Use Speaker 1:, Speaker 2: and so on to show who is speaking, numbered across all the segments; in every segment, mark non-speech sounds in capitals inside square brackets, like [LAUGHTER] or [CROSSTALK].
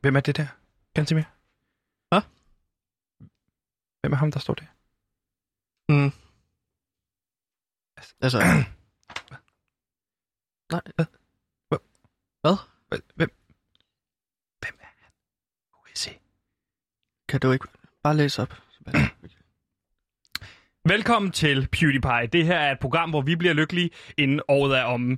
Speaker 1: Hvem er det der? Gansimir?
Speaker 2: Hva?
Speaker 1: Hvem er ham, der står der?
Speaker 2: Mm. Altså, øh,
Speaker 1: Hvem- Hvem? Hvem er han? USC.
Speaker 2: kan du ikke bare læse op? Sebastian?
Speaker 3: Velkommen til PewDiePie. Det her er et program, hvor vi bliver lykkelige, inden året er omme.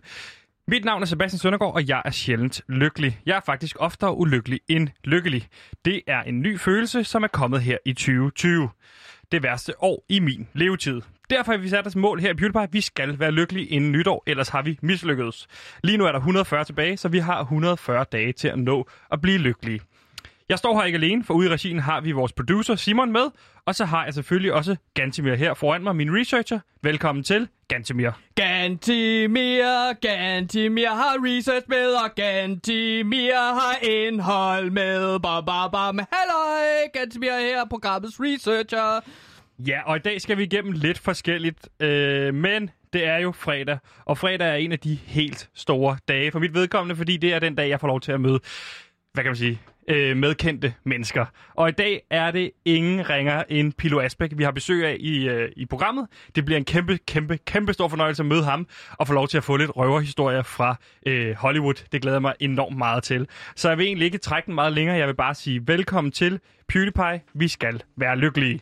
Speaker 3: Mit navn er Sebastian Søndergaard, og jeg er sjældent lykkelig. Jeg er faktisk oftere ulykkelig end lykkelig. Det er en ny følelse, som er kommet her i 2020. Det værste år i min levetid. Derfor har vi sat os mål her i PewDiePie. Vi skal være lykkelige inden nytår, ellers har vi mislykkedes. Lige nu er der 140 tilbage, så vi har 140 dage til at nå at blive lykkelige. Jeg står her ikke alene, for ude i regien har vi vores producer Simon med, og så har jeg selvfølgelig også Gantimir her foran mig, min researcher. Velkommen til, Gantimir.
Speaker 2: Gantimir, Gantimir har research med, og Gantimir har indhold med. Bam, bam, bam. Halløj, Gantimir er her, programmets researcher.
Speaker 3: Ja, og i dag skal vi igennem lidt forskelligt, øh, men det er jo fredag, og fredag er en af de helt store dage for mit vedkommende, fordi det er den dag, jeg får lov til at møde, hvad kan man sige, øh, medkendte mennesker. Og i dag er det ingen ringer end Pilo Asbæk, vi har besøg af i, øh, i programmet. Det bliver en kæmpe, kæmpe, kæmpe stor fornøjelse at møde ham, og få lov til at få lidt røverhistorier fra øh, Hollywood. Det glæder jeg mig enormt meget til. Så jeg vil egentlig ikke trække den meget længere, jeg vil bare sige velkommen til PewDiePie. Vi skal være lykkelige.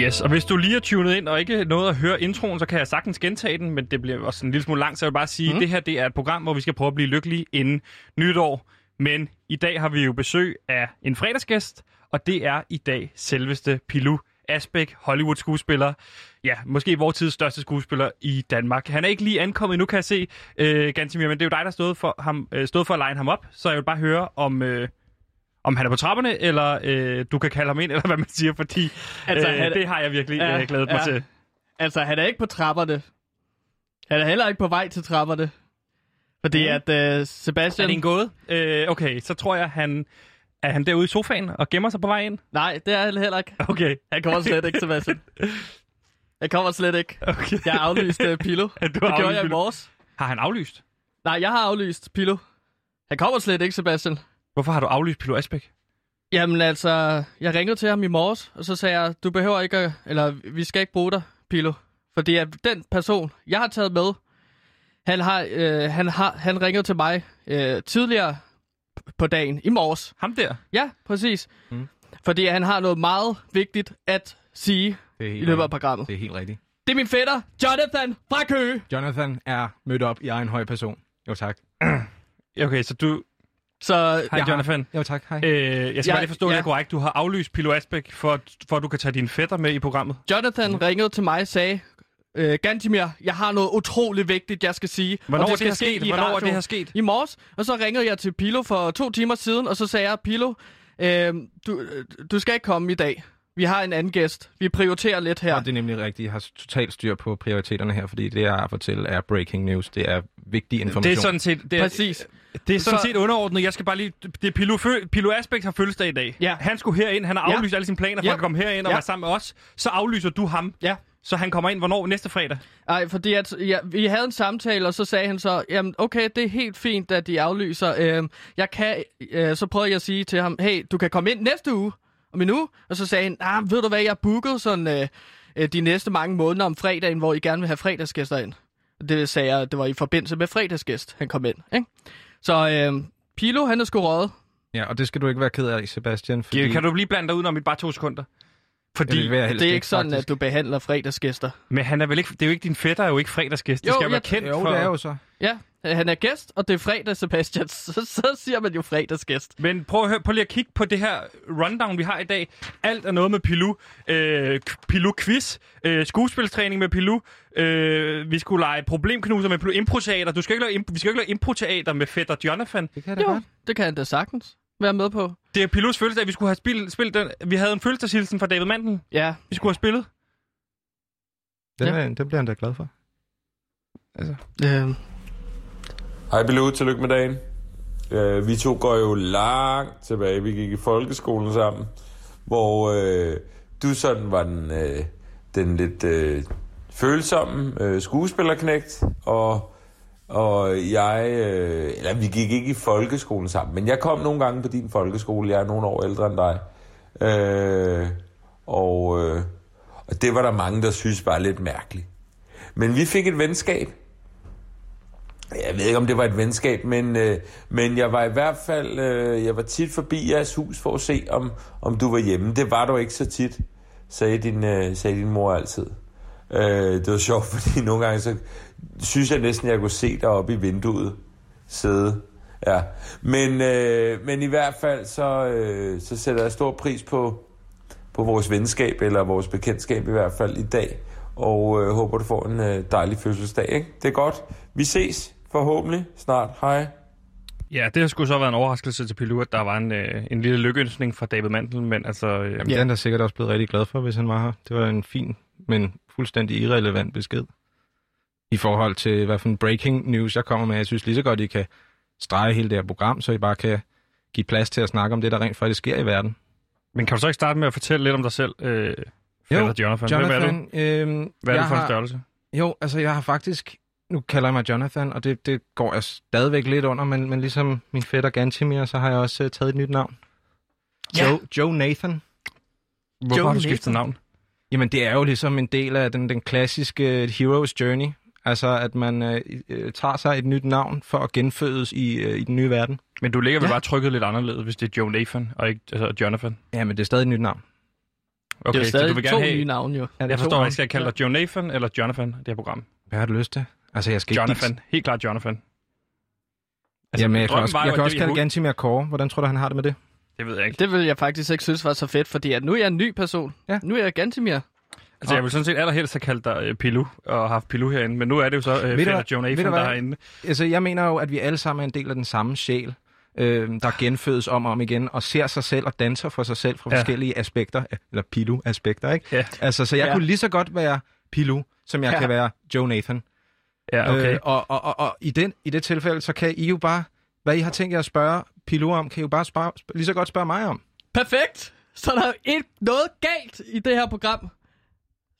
Speaker 3: Yes, og hvis du lige er tunet ind og ikke nåede at høre introen, så kan jeg sagtens gentage den, men det bliver også en lille smule langt, så jeg vil bare sige, mm. det her det er et program, hvor vi skal prøve at blive lykkelige inden nytår. Men i dag har vi jo besøg af en fredagsgæst, og det er i dag selveste Pilu Asbæk, Hollywood-skuespiller. Ja, måske vores tids største skuespiller i Danmark. Han er ikke lige ankommet endnu, kan jeg se, øh, Gantimir, men det er jo dig, der har stået for, ham, øh, stået for at line ham op, så jeg vil bare høre, om, øh, om han er på trapperne, eller øh, du kan kalde ham ind, eller hvad man siger, fordi
Speaker 2: Altså,
Speaker 3: altså, øh,
Speaker 2: han-
Speaker 3: det har jeg virkelig
Speaker 2: Ja,
Speaker 3: ja, øh, glædet mig
Speaker 2: ja.
Speaker 3: til.
Speaker 2: Altså, han er ikke på trapperne. Han er heller ikke på vej til trapperne. Fordi
Speaker 3: Mm.
Speaker 2: at øh, Sebastian...
Speaker 3: gåde? Øh, okay, så tror jeg, han er han derude i sofaen og gemmer sig på vej ind.
Speaker 2: Nej, det er han heller ikke.
Speaker 3: Okay,
Speaker 2: Han kommer slet ikke, Sebastian. Han kommer slet ikke.
Speaker 3: [LAUGHS] okay. [LAUGHS]
Speaker 2: Jeg har aflyst øh, Pilo.
Speaker 3: har
Speaker 2: det gjorde
Speaker 3: aflyst
Speaker 2: jeg i
Speaker 3: Pilo.
Speaker 2: morges.
Speaker 3: Har han aflyst?
Speaker 2: Nej, jeg har aflyst Pilo. Han kommer slet ikke, Sebastian.
Speaker 3: Hvorfor har du aflyst Pilo Asbæk?
Speaker 2: Jamen altså, jeg ringede til ham i morges, og så sagde jeg, du behøver ikke at, eller vi skal ikke bruge dig, Pilo. Fordi at den person, jeg har taget med, han har, øh, han har, han ringede til mig øh, tidligere på dagen i morges.
Speaker 3: Ham der?
Speaker 2: Ja, præcis.
Speaker 4: Mm.
Speaker 2: Mm. Fordi han har noget meget vigtigt at sige
Speaker 4: Det er
Speaker 2: i
Speaker 4: helt,
Speaker 2: løbet af
Speaker 4: rigtigt.
Speaker 2: programmet.
Speaker 4: det er helt rigtigt.
Speaker 2: Det er min fætter, Jonathan fra Køge.
Speaker 4: Jonathan er mødt op i egen høj person. Jo tak.
Speaker 3: Okay, så du...
Speaker 2: Så
Speaker 3: Hej,
Speaker 4: Jeg har-
Speaker 3: Jonathan.
Speaker 4: Jo tak, hej.
Speaker 3: Øh, jeg skal
Speaker 2: Jeg-
Speaker 3: bare lige forstå ja.
Speaker 2: ja.
Speaker 3: det korrekt. Du har aflyst Pilo Asbæk, for, for at du kan tage dine fætter med i programmet.
Speaker 2: Jonathan ringede til mig og sagde, øh, Gantimir, jeg har noget utroligt vigtigt, jeg skal sige.
Speaker 3: Hvornår
Speaker 2: og
Speaker 3: er det her sket?
Speaker 2: i
Speaker 3: Hvornår er
Speaker 2: radioen."
Speaker 3: det her sket?
Speaker 2: I morges, og så ringede jeg til Pilo for to timer siden, og så sagde jeg, Pilo, øh, du, øh, du skal ikke komme i dag. Vi har en anden gæst. Vi prioriterer lidt her.
Speaker 4: Og det er nemlig rigtigt. Jeg har totalt styr på prioriteterne her, fordi det, jeg har at fortælle, er breaking news. Det er vigtig information.
Speaker 3: Det er sådan set... Det er,
Speaker 2: Præcis.
Speaker 3: Det er sådan
Speaker 2: Så-
Speaker 3: set underordnet. Jeg skal bare lige... Det er Pilo, Fø- Pilo Asbæk har fødselsdag i dag.
Speaker 2: Ja.
Speaker 3: Han skulle herind. Han har
Speaker 2: Ja.
Speaker 3: aflyst alle sine planer for
Speaker 2: Ja.
Speaker 3: at komme herind og
Speaker 2: Ja.
Speaker 3: være sammen med os. Så aflyser du ham.
Speaker 2: Ja.
Speaker 3: Så han kommer ind hvornår? Næste fredag?
Speaker 2: Ej, fordi at, ja, vi havde en samtale, og så sagde han så, jamen okay, det er helt fint, at de aflyser. Øh, jeg kan, øh, så prøvede jeg at sige til ham, hey, du kan komme ind næste uge om en uge. Og så sagde han, ah, ved du hvad, jeg har booket sådan øh, øh, de næste mange måneder om fredagen, hvor I gerne vil have fredagsgæster ind. Og Det sagde jeg, det var i forbindelse med fredagsgæst, han kom ind. Ikke? Så øh, Pilo, han er sgu røget.
Speaker 4: Ja, og det skal du ikke være ked af, Sebastian, fordi...
Speaker 3: Fordi... Kan du lige blande dig udenom i bare to sekunder?
Speaker 4: Ja, det
Speaker 3: Fordi,
Speaker 4: vil jeg helst
Speaker 2: Det er ikke sådan,
Speaker 4: faktisk.
Speaker 2: at du behandler fredagsgæster.
Speaker 3: men han er vel ikke, det er jo ikke din fætter, er jo ikke fredagsgæst. Det
Speaker 2: Jo,
Speaker 3: skal jo, være
Speaker 2: jeg-
Speaker 3: kendt
Speaker 4: Jo,
Speaker 3: for.
Speaker 4: det er jo så.
Speaker 2: Ja, øh, han er gæst, og det er fredag, Sebastian. [LAUGHS] Så, så siger man jo fredagsgæst.
Speaker 3: Men prøv, at høre, prøv lige at kigge på det her rundown, vi har i dag. Alt er noget med Pilu. Øh, k- Pilu-quiz, øh, skuespilstræning med Pilu. Øh, vi skulle lege problemknuser med Pilu. Improteater. Du skal ikke lave, imp- vi skal jo ikke lave improteater med fætter Jonathan.
Speaker 4: Det kan jeg da
Speaker 2: Jo,
Speaker 4: godt.
Speaker 2: det kan han da sagtens være med på.
Speaker 3: Det er Pilus fødselsdag, vi skulle have spillet, spillet den. Vi havde en fødselsdagshilsen fra David Mandel,
Speaker 2: Ja,
Speaker 3: vi skulle have spillet.
Speaker 4: Den,
Speaker 2: Ja.
Speaker 4: ja. den bliver han da glad for.
Speaker 2: øh,
Speaker 5: Hej Bilou, tillykke med dagen. Øh, vi to går jo langt tilbage. Vi gik i folkeskolen sammen, hvor øh, du sådan var den, øh, den lidt øh, følsomme øh, skuespillerknægt, og, og jeg, øh, eller vi gik ikke i folkeskolen sammen, men jeg kom nogle gange på din folkeskole, jeg er nogle år ældre end dig. Øh, og, øh, og det var der mange, der synes var lidt mærkeligt. Men vi fik et venskab. Jeg ved ikke, om det var et venskab, men, øh, men jeg var i hvert fald øh, jeg var tit forbi jeres hus for at se, om, om du var hjemme. Det var du ikke så tit, sagde din, øh, sagde din mor altid. Øh, det var sjovt, [LAUGHS] fordi nogle gange så synes jeg næsten, at jeg kunne se dig oppe i vinduet sidde. Ja. Men, øh, men i hvert fald, så, øh, så sætter jeg stor pris på, på vores venskab, eller vores bekendtskab i hvert fald i dag. Og øh, håber, du får en øh, dejlig fødselsdag. Ikke? Det er godt. Vi ses forhåbentlig snart. Hej.
Speaker 3: Ja, det har sgu så været en overraskelse til Pilu, at der var en, øh, en lille lykkeønsning fra David Mandel, men altså... Øh,
Speaker 4: Jamen, ja. den er sikkert også blevet rigtig glad for, hvis han var her. Det var en fin, men fuldstændig irrelevant besked. I forhold til, hvad for en breaking news jeg kommer med. Jeg synes lige så godt, I kan strege hele det her program, så I bare kan give plads til at snakke om det, der rent faktisk sker i verden.
Speaker 3: Men kan du så ikke starte med at fortælle lidt om dig selv, øh, Fred og Jonathan? Hvem er du?
Speaker 4: øhm,
Speaker 3: Hvad er
Speaker 4: jeg
Speaker 3: du for en
Speaker 4: har-
Speaker 3: størrelse?
Speaker 4: Jo, altså jeg har faktisk... Nu kalder jeg mig Jonathan, og det, det går jeg stadigvæk lidt under, men, men ligesom min fætter Gantimir, så har jeg også uh, taget et nyt navn.
Speaker 2: Ja.
Speaker 4: Joe, Joe Nathan.
Speaker 3: Hvorfor
Speaker 2: Joe
Speaker 3: har du skiftet
Speaker 2: Nathan.
Speaker 3: navn?
Speaker 4: Jamen det er jo ligesom en del af den, den klassiske hero's journey. Altså at man øh, øh, tager sig et nyt navn for at genfødes i, øh, i den nye verden.
Speaker 3: Men du ligger vel
Speaker 2: Ja.
Speaker 3: bare trykket lidt anderledes, hvis det er Joe Nathan og ikke altså, Jonathan.
Speaker 4: Ja, men det er stadig et nyt navn.
Speaker 3: Okay,
Speaker 2: det er jo
Speaker 3: så
Speaker 2: stadig
Speaker 3: du vil
Speaker 2: to
Speaker 3: gerne
Speaker 2: nye
Speaker 3: have...
Speaker 2: navne, jo.
Speaker 4: Er det
Speaker 3: Jeg
Speaker 4: to
Speaker 3: forstår, at
Speaker 4: navne?
Speaker 3: jeg skal kalde dig Joe Nathan eller Jonathan, det her program.
Speaker 4: Hvad har du lyst til? Altså jeg skal ikke...
Speaker 3: Jonathan. Helt klart Jonathan.
Speaker 4: Altså, Jamen, jeg kan
Speaker 3: drømmen
Speaker 4: også,
Speaker 3: var jo,
Speaker 4: jeg
Speaker 3: at
Speaker 4: kan
Speaker 3: det
Speaker 4: også
Speaker 3: ville
Speaker 4: kalde
Speaker 3: gå-
Speaker 4: Gantimir Kåre. Hvordan tror du, han har det med det?
Speaker 3: Det ved jeg ikke.
Speaker 2: Det vil jeg faktisk ikke synes var så fedt, fordi at nu er jeg en ny person.
Speaker 4: Ja.
Speaker 2: Nu er jeg Gantimir.
Speaker 3: Altså, jeg ville sådan set allerhelst have kaldt dig øh, Pilu og haft Pilu herinde, men nu er det jo så øh,
Speaker 4: du
Speaker 3: fedt,
Speaker 4: hvad-
Speaker 3: at Joe
Speaker 4: ved
Speaker 3: Nathan,
Speaker 4: du
Speaker 3: der
Speaker 4: hvad?
Speaker 3: er herinde.
Speaker 4: Altså, jeg mener jo, at vi alle sammen er en del af den samme sjæl, øh, der genfødes om og om igen, og ser sig selv og danser for sig selv fra
Speaker 3: Ja.
Speaker 4: ja. forskellige aspekter, eller Pilu-aspekter, ikke?
Speaker 3: Ja.
Speaker 4: Altså, så jeg
Speaker 2: Ja.
Speaker 4: ja. kunne lige så godt være Pilu, som jeg
Speaker 2: Ja.
Speaker 4: ja. kan være Joe Nathan.
Speaker 3: Ja, okay.
Speaker 4: Øh, og og, og, og i, den, i det tilfælde, så kan I jo bare, hvad I har tænkt jer at spørge Pilu om, kan I jo bare spørge, sp- lige så godt spørge mig om.
Speaker 2: Perfekt! Så der er ikke noget galt i det her program.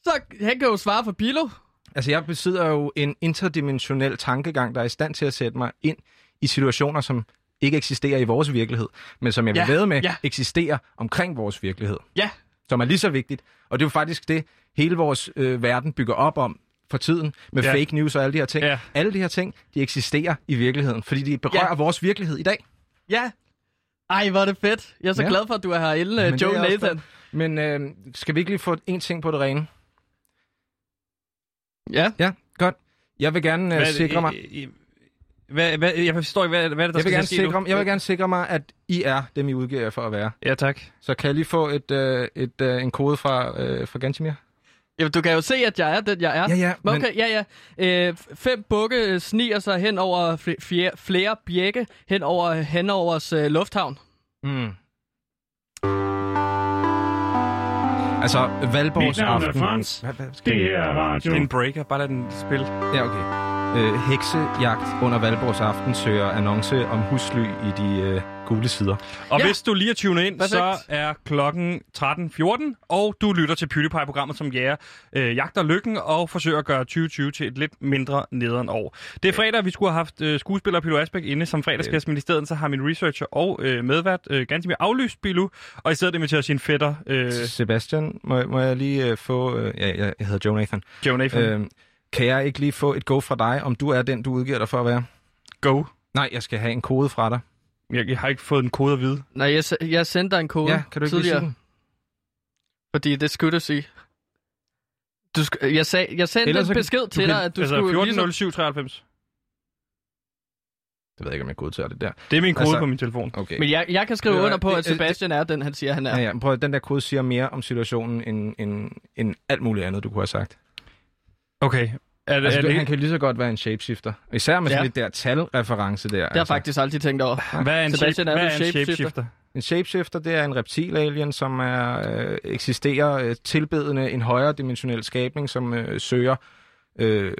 Speaker 2: Så han kan jo svare for Pilo.
Speaker 4: Altså, jeg besidder jo en interdimensionel tankegang, der er i stand til at sætte mig ind i situationer, som ikke eksisterer i vores virkelighed, men som jeg vil
Speaker 2: Ja,
Speaker 4: ja, ved med,
Speaker 2: ja.
Speaker 4: ja. eksisterer omkring vores virkelighed.
Speaker 2: Ja,
Speaker 4: som er lige så vigtigt. Og det er jo faktisk det, hele vores øh, verden bygger op om for tiden, med
Speaker 3: Ja.
Speaker 4: ja. fake news og alle de her ting.
Speaker 3: Ja.
Speaker 4: Ja. Alle de her ting, de eksisterer i virkeligheden, fordi de berører
Speaker 2: Ja.
Speaker 4: ja. vores virkelighed i dag.
Speaker 2: ja. Ej, hvor er det fedt. Jeg er så ja.
Speaker 4: Ja.
Speaker 2: glad for, at du er herinde,
Speaker 4: Men
Speaker 2: Men
Speaker 4: det
Speaker 2: Joe
Speaker 4: er også
Speaker 2: Nathan.
Speaker 4: Men øh, skal vi ikke lige få en ting på det rene?
Speaker 2: Ja.
Speaker 4: Ja, godt. Jeg vil gerne øh,
Speaker 3: Hvad er det-
Speaker 4: sikre mig...
Speaker 3: i- i- Hvad, hvad, jeg forstår ikke, hvad, hvad er det, der
Speaker 4: Jeg vil,
Speaker 3: skal
Speaker 4: gerne
Speaker 3: ske nu?
Speaker 4: sikre, jeg vil gerne sikre mig, at I er dem, I udgiver jer for at være.
Speaker 3: Ja, tak.
Speaker 4: Så kan jeg lige få et, øh, et, øh, en kode fra, øh, fra Gantimir?
Speaker 2: Jamen, du kan jo se, at jeg er den, jeg er.
Speaker 4: Ja, ja,
Speaker 2: Men
Speaker 4: men-
Speaker 2: Okay, ja, ja. Øh, f- fem bukke øh, sniger sig hen over fl- fjer- flere bjække hen over Hanovers øh, lufthavn.
Speaker 3: Hmm.
Speaker 4: Mm. Altså, Valborgs aften. Hvad- hvad skal vi-
Speaker 3: Det er en breaker, bare lad den spille.
Speaker 4: Ja, okay. Øh, heksejagt under Valborgs aften søger annonce om husly i de øh, gule sider.
Speaker 3: Og
Speaker 2: Ja.
Speaker 3: ja. hvis du lige er tunet ind, Perfekt. så
Speaker 2: Perfekt.
Speaker 3: er klokken 13.14, og du lytter til PewDiePie-programmet, som jager øh, jagter lykken og forsøger at gøre 2020 til et lidt mindre nederen år. Det er fredag, vi skulle have haft øh, skuespiller Pilu Asbæk inde som fredagsgæst, men i stedet så har min researcher og øh, medvært øh, Gantimir aflyst Pilu, og i stedet inviterer sin fætter øh,
Speaker 4: Sebastian, må, må jeg lige øh, få... Øh, ja, jeg, jeg hedder Jonathan.
Speaker 3: Joe Nathan. Øh.
Speaker 4: Øh, kan jeg ikke lige få et go fra dig, om du er den, du udgiver dig for at være?
Speaker 3: Go.
Speaker 4: Nej, jeg skal have en kode fra dig.
Speaker 3: Jeg, jeg har ikke fået en kode at vide.
Speaker 2: Nej, jeg, se- jeg sendte dig en kode
Speaker 4: Ja, kan du ikke lige sige
Speaker 2: tidligere,
Speaker 4: den?
Speaker 2: fordi det skulle du sige. Du sk- jeg, sag- jeg
Speaker 4: Ellers
Speaker 2: sendte Ellers en
Speaker 4: så kan-
Speaker 2: besked til
Speaker 4: kan-
Speaker 2: dig, at du
Speaker 3: altså
Speaker 2: skulle... ligesom-
Speaker 3: 140793.
Speaker 4: Det ved jeg ikke, om jeg godtager det der.
Speaker 3: Det er min kode altså,
Speaker 4: Altså-
Speaker 3: på min telefon.
Speaker 4: Okay.
Speaker 2: Men jeg, jeg kan skrive
Speaker 4: Det var-
Speaker 2: under på,
Speaker 4: det-
Speaker 2: at
Speaker 4: det-
Speaker 2: Sebastian er den, han siger, han er.
Speaker 4: Ja, ja, men prøv, at- den der kode siger mere om situationen, end, end, end alt muligt andet, du kunne have sagt.
Speaker 3: Okay. Er, det,
Speaker 4: Altså,
Speaker 3: er
Speaker 4: du,
Speaker 3: det,
Speaker 4: han kan lige så godt være en shapeshifter. Især med sådan
Speaker 2: Ja.
Speaker 4: lidt der talreference der. Altså,
Speaker 2: Det har jeg faktisk aldrig tænkt over.
Speaker 3: hvad er en,
Speaker 2: Sebastian,
Speaker 3: shape,
Speaker 2: er
Speaker 3: hvad
Speaker 2: du
Speaker 3: er en
Speaker 2: shapeshifter?
Speaker 3: shapeshifter?
Speaker 4: En shapeshifter, det er en reptilalien, som er, øh, eksisterer øh, tilbedende en højere dimensionel skabning, som øh, søger øh,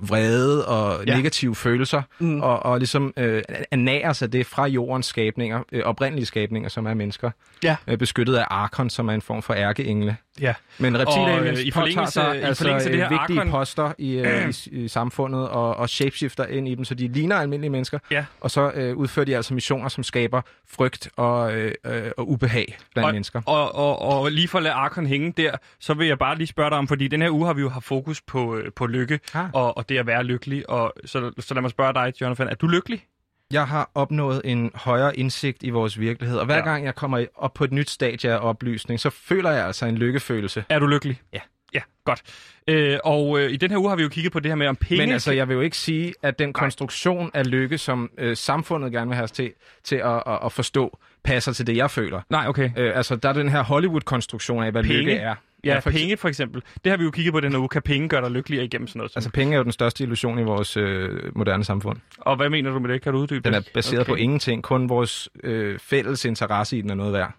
Speaker 4: vrede og
Speaker 3: Ja.
Speaker 4: ja. negative følelser,
Speaker 2: Mm.
Speaker 4: mm. og, og ligesom øh, ernærer sig det fra jordens skabninger, øh, oprindelige skabninger, som er mennesker,
Speaker 2: Ja.
Speaker 4: øh, beskyttet af Arkon, som er en form for ærkeengle.
Speaker 3: Ja.
Speaker 4: Men reptilaliens
Speaker 3: øh, i
Speaker 4: øh, påtager
Speaker 3: forlængelse-
Speaker 4: sig
Speaker 3: i
Speaker 4: altså
Speaker 3: forlængelse af det
Speaker 4: øh,
Speaker 3: her
Speaker 4: vigtige
Speaker 3: Arkon-
Speaker 4: poster i, øh, i, s- i samfundet og, og shapeshifter ind i dem, så de ligner almindelige mennesker.
Speaker 3: Ja.
Speaker 4: Og så øh, udfører de altså missioner, som skaber frygt og, øh, øh, og ubehag blandt
Speaker 3: og,
Speaker 4: mennesker.
Speaker 3: Og, og, og lige for at lade Arkon hænge der, så vil jeg bare lige spørge dig om, fordi den her uge har vi jo haft fokus på, øh, på lykke
Speaker 4: Ah.
Speaker 3: og, og det at være lykkelig. Og så, så lad mig spørge dig, Jonathan, er du lykkelig?
Speaker 4: Jeg har opnået en højere indsigt i vores virkelighed, og hver
Speaker 3: Ja.
Speaker 4: ja. gang jeg kommer i- op på et nyt stadie af oplysning, så føler jeg altså en lykkefølelse.
Speaker 3: Er du lykkelig?
Speaker 4: Ja.
Speaker 3: Ja, godt. Øh, og øh, i den her uge har vi jo kigget på det her med, om penge...
Speaker 4: Men altså, jeg vil jo ikke sige, at den konstruktion af lykke, som øh, samfundet gerne vil have os til, til at, at, at forstå, passer til det, jeg føler.
Speaker 3: Nej, okay.
Speaker 4: Øh, altså, der er den her Hollywood-konstruktion af, hvad
Speaker 3: Penge.
Speaker 4: lykke er.
Speaker 3: Ja,
Speaker 4: for
Speaker 3: for
Speaker 4: ekse-
Speaker 3: penge for eksempel. Det har vi jo kigget på den her uge. Kan penge gøre dig lykkeligere igennem sådan noget? som-
Speaker 4: Altså, penge er jo den største illusion i vores øh, moderne samfund.
Speaker 3: og hvad mener du med det? Kan du uddybe
Speaker 4: Den er
Speaker 3: det?
Speaker 4: baseret okay. på ingenting, kun vores øh, fælles interesse i den er noget værd.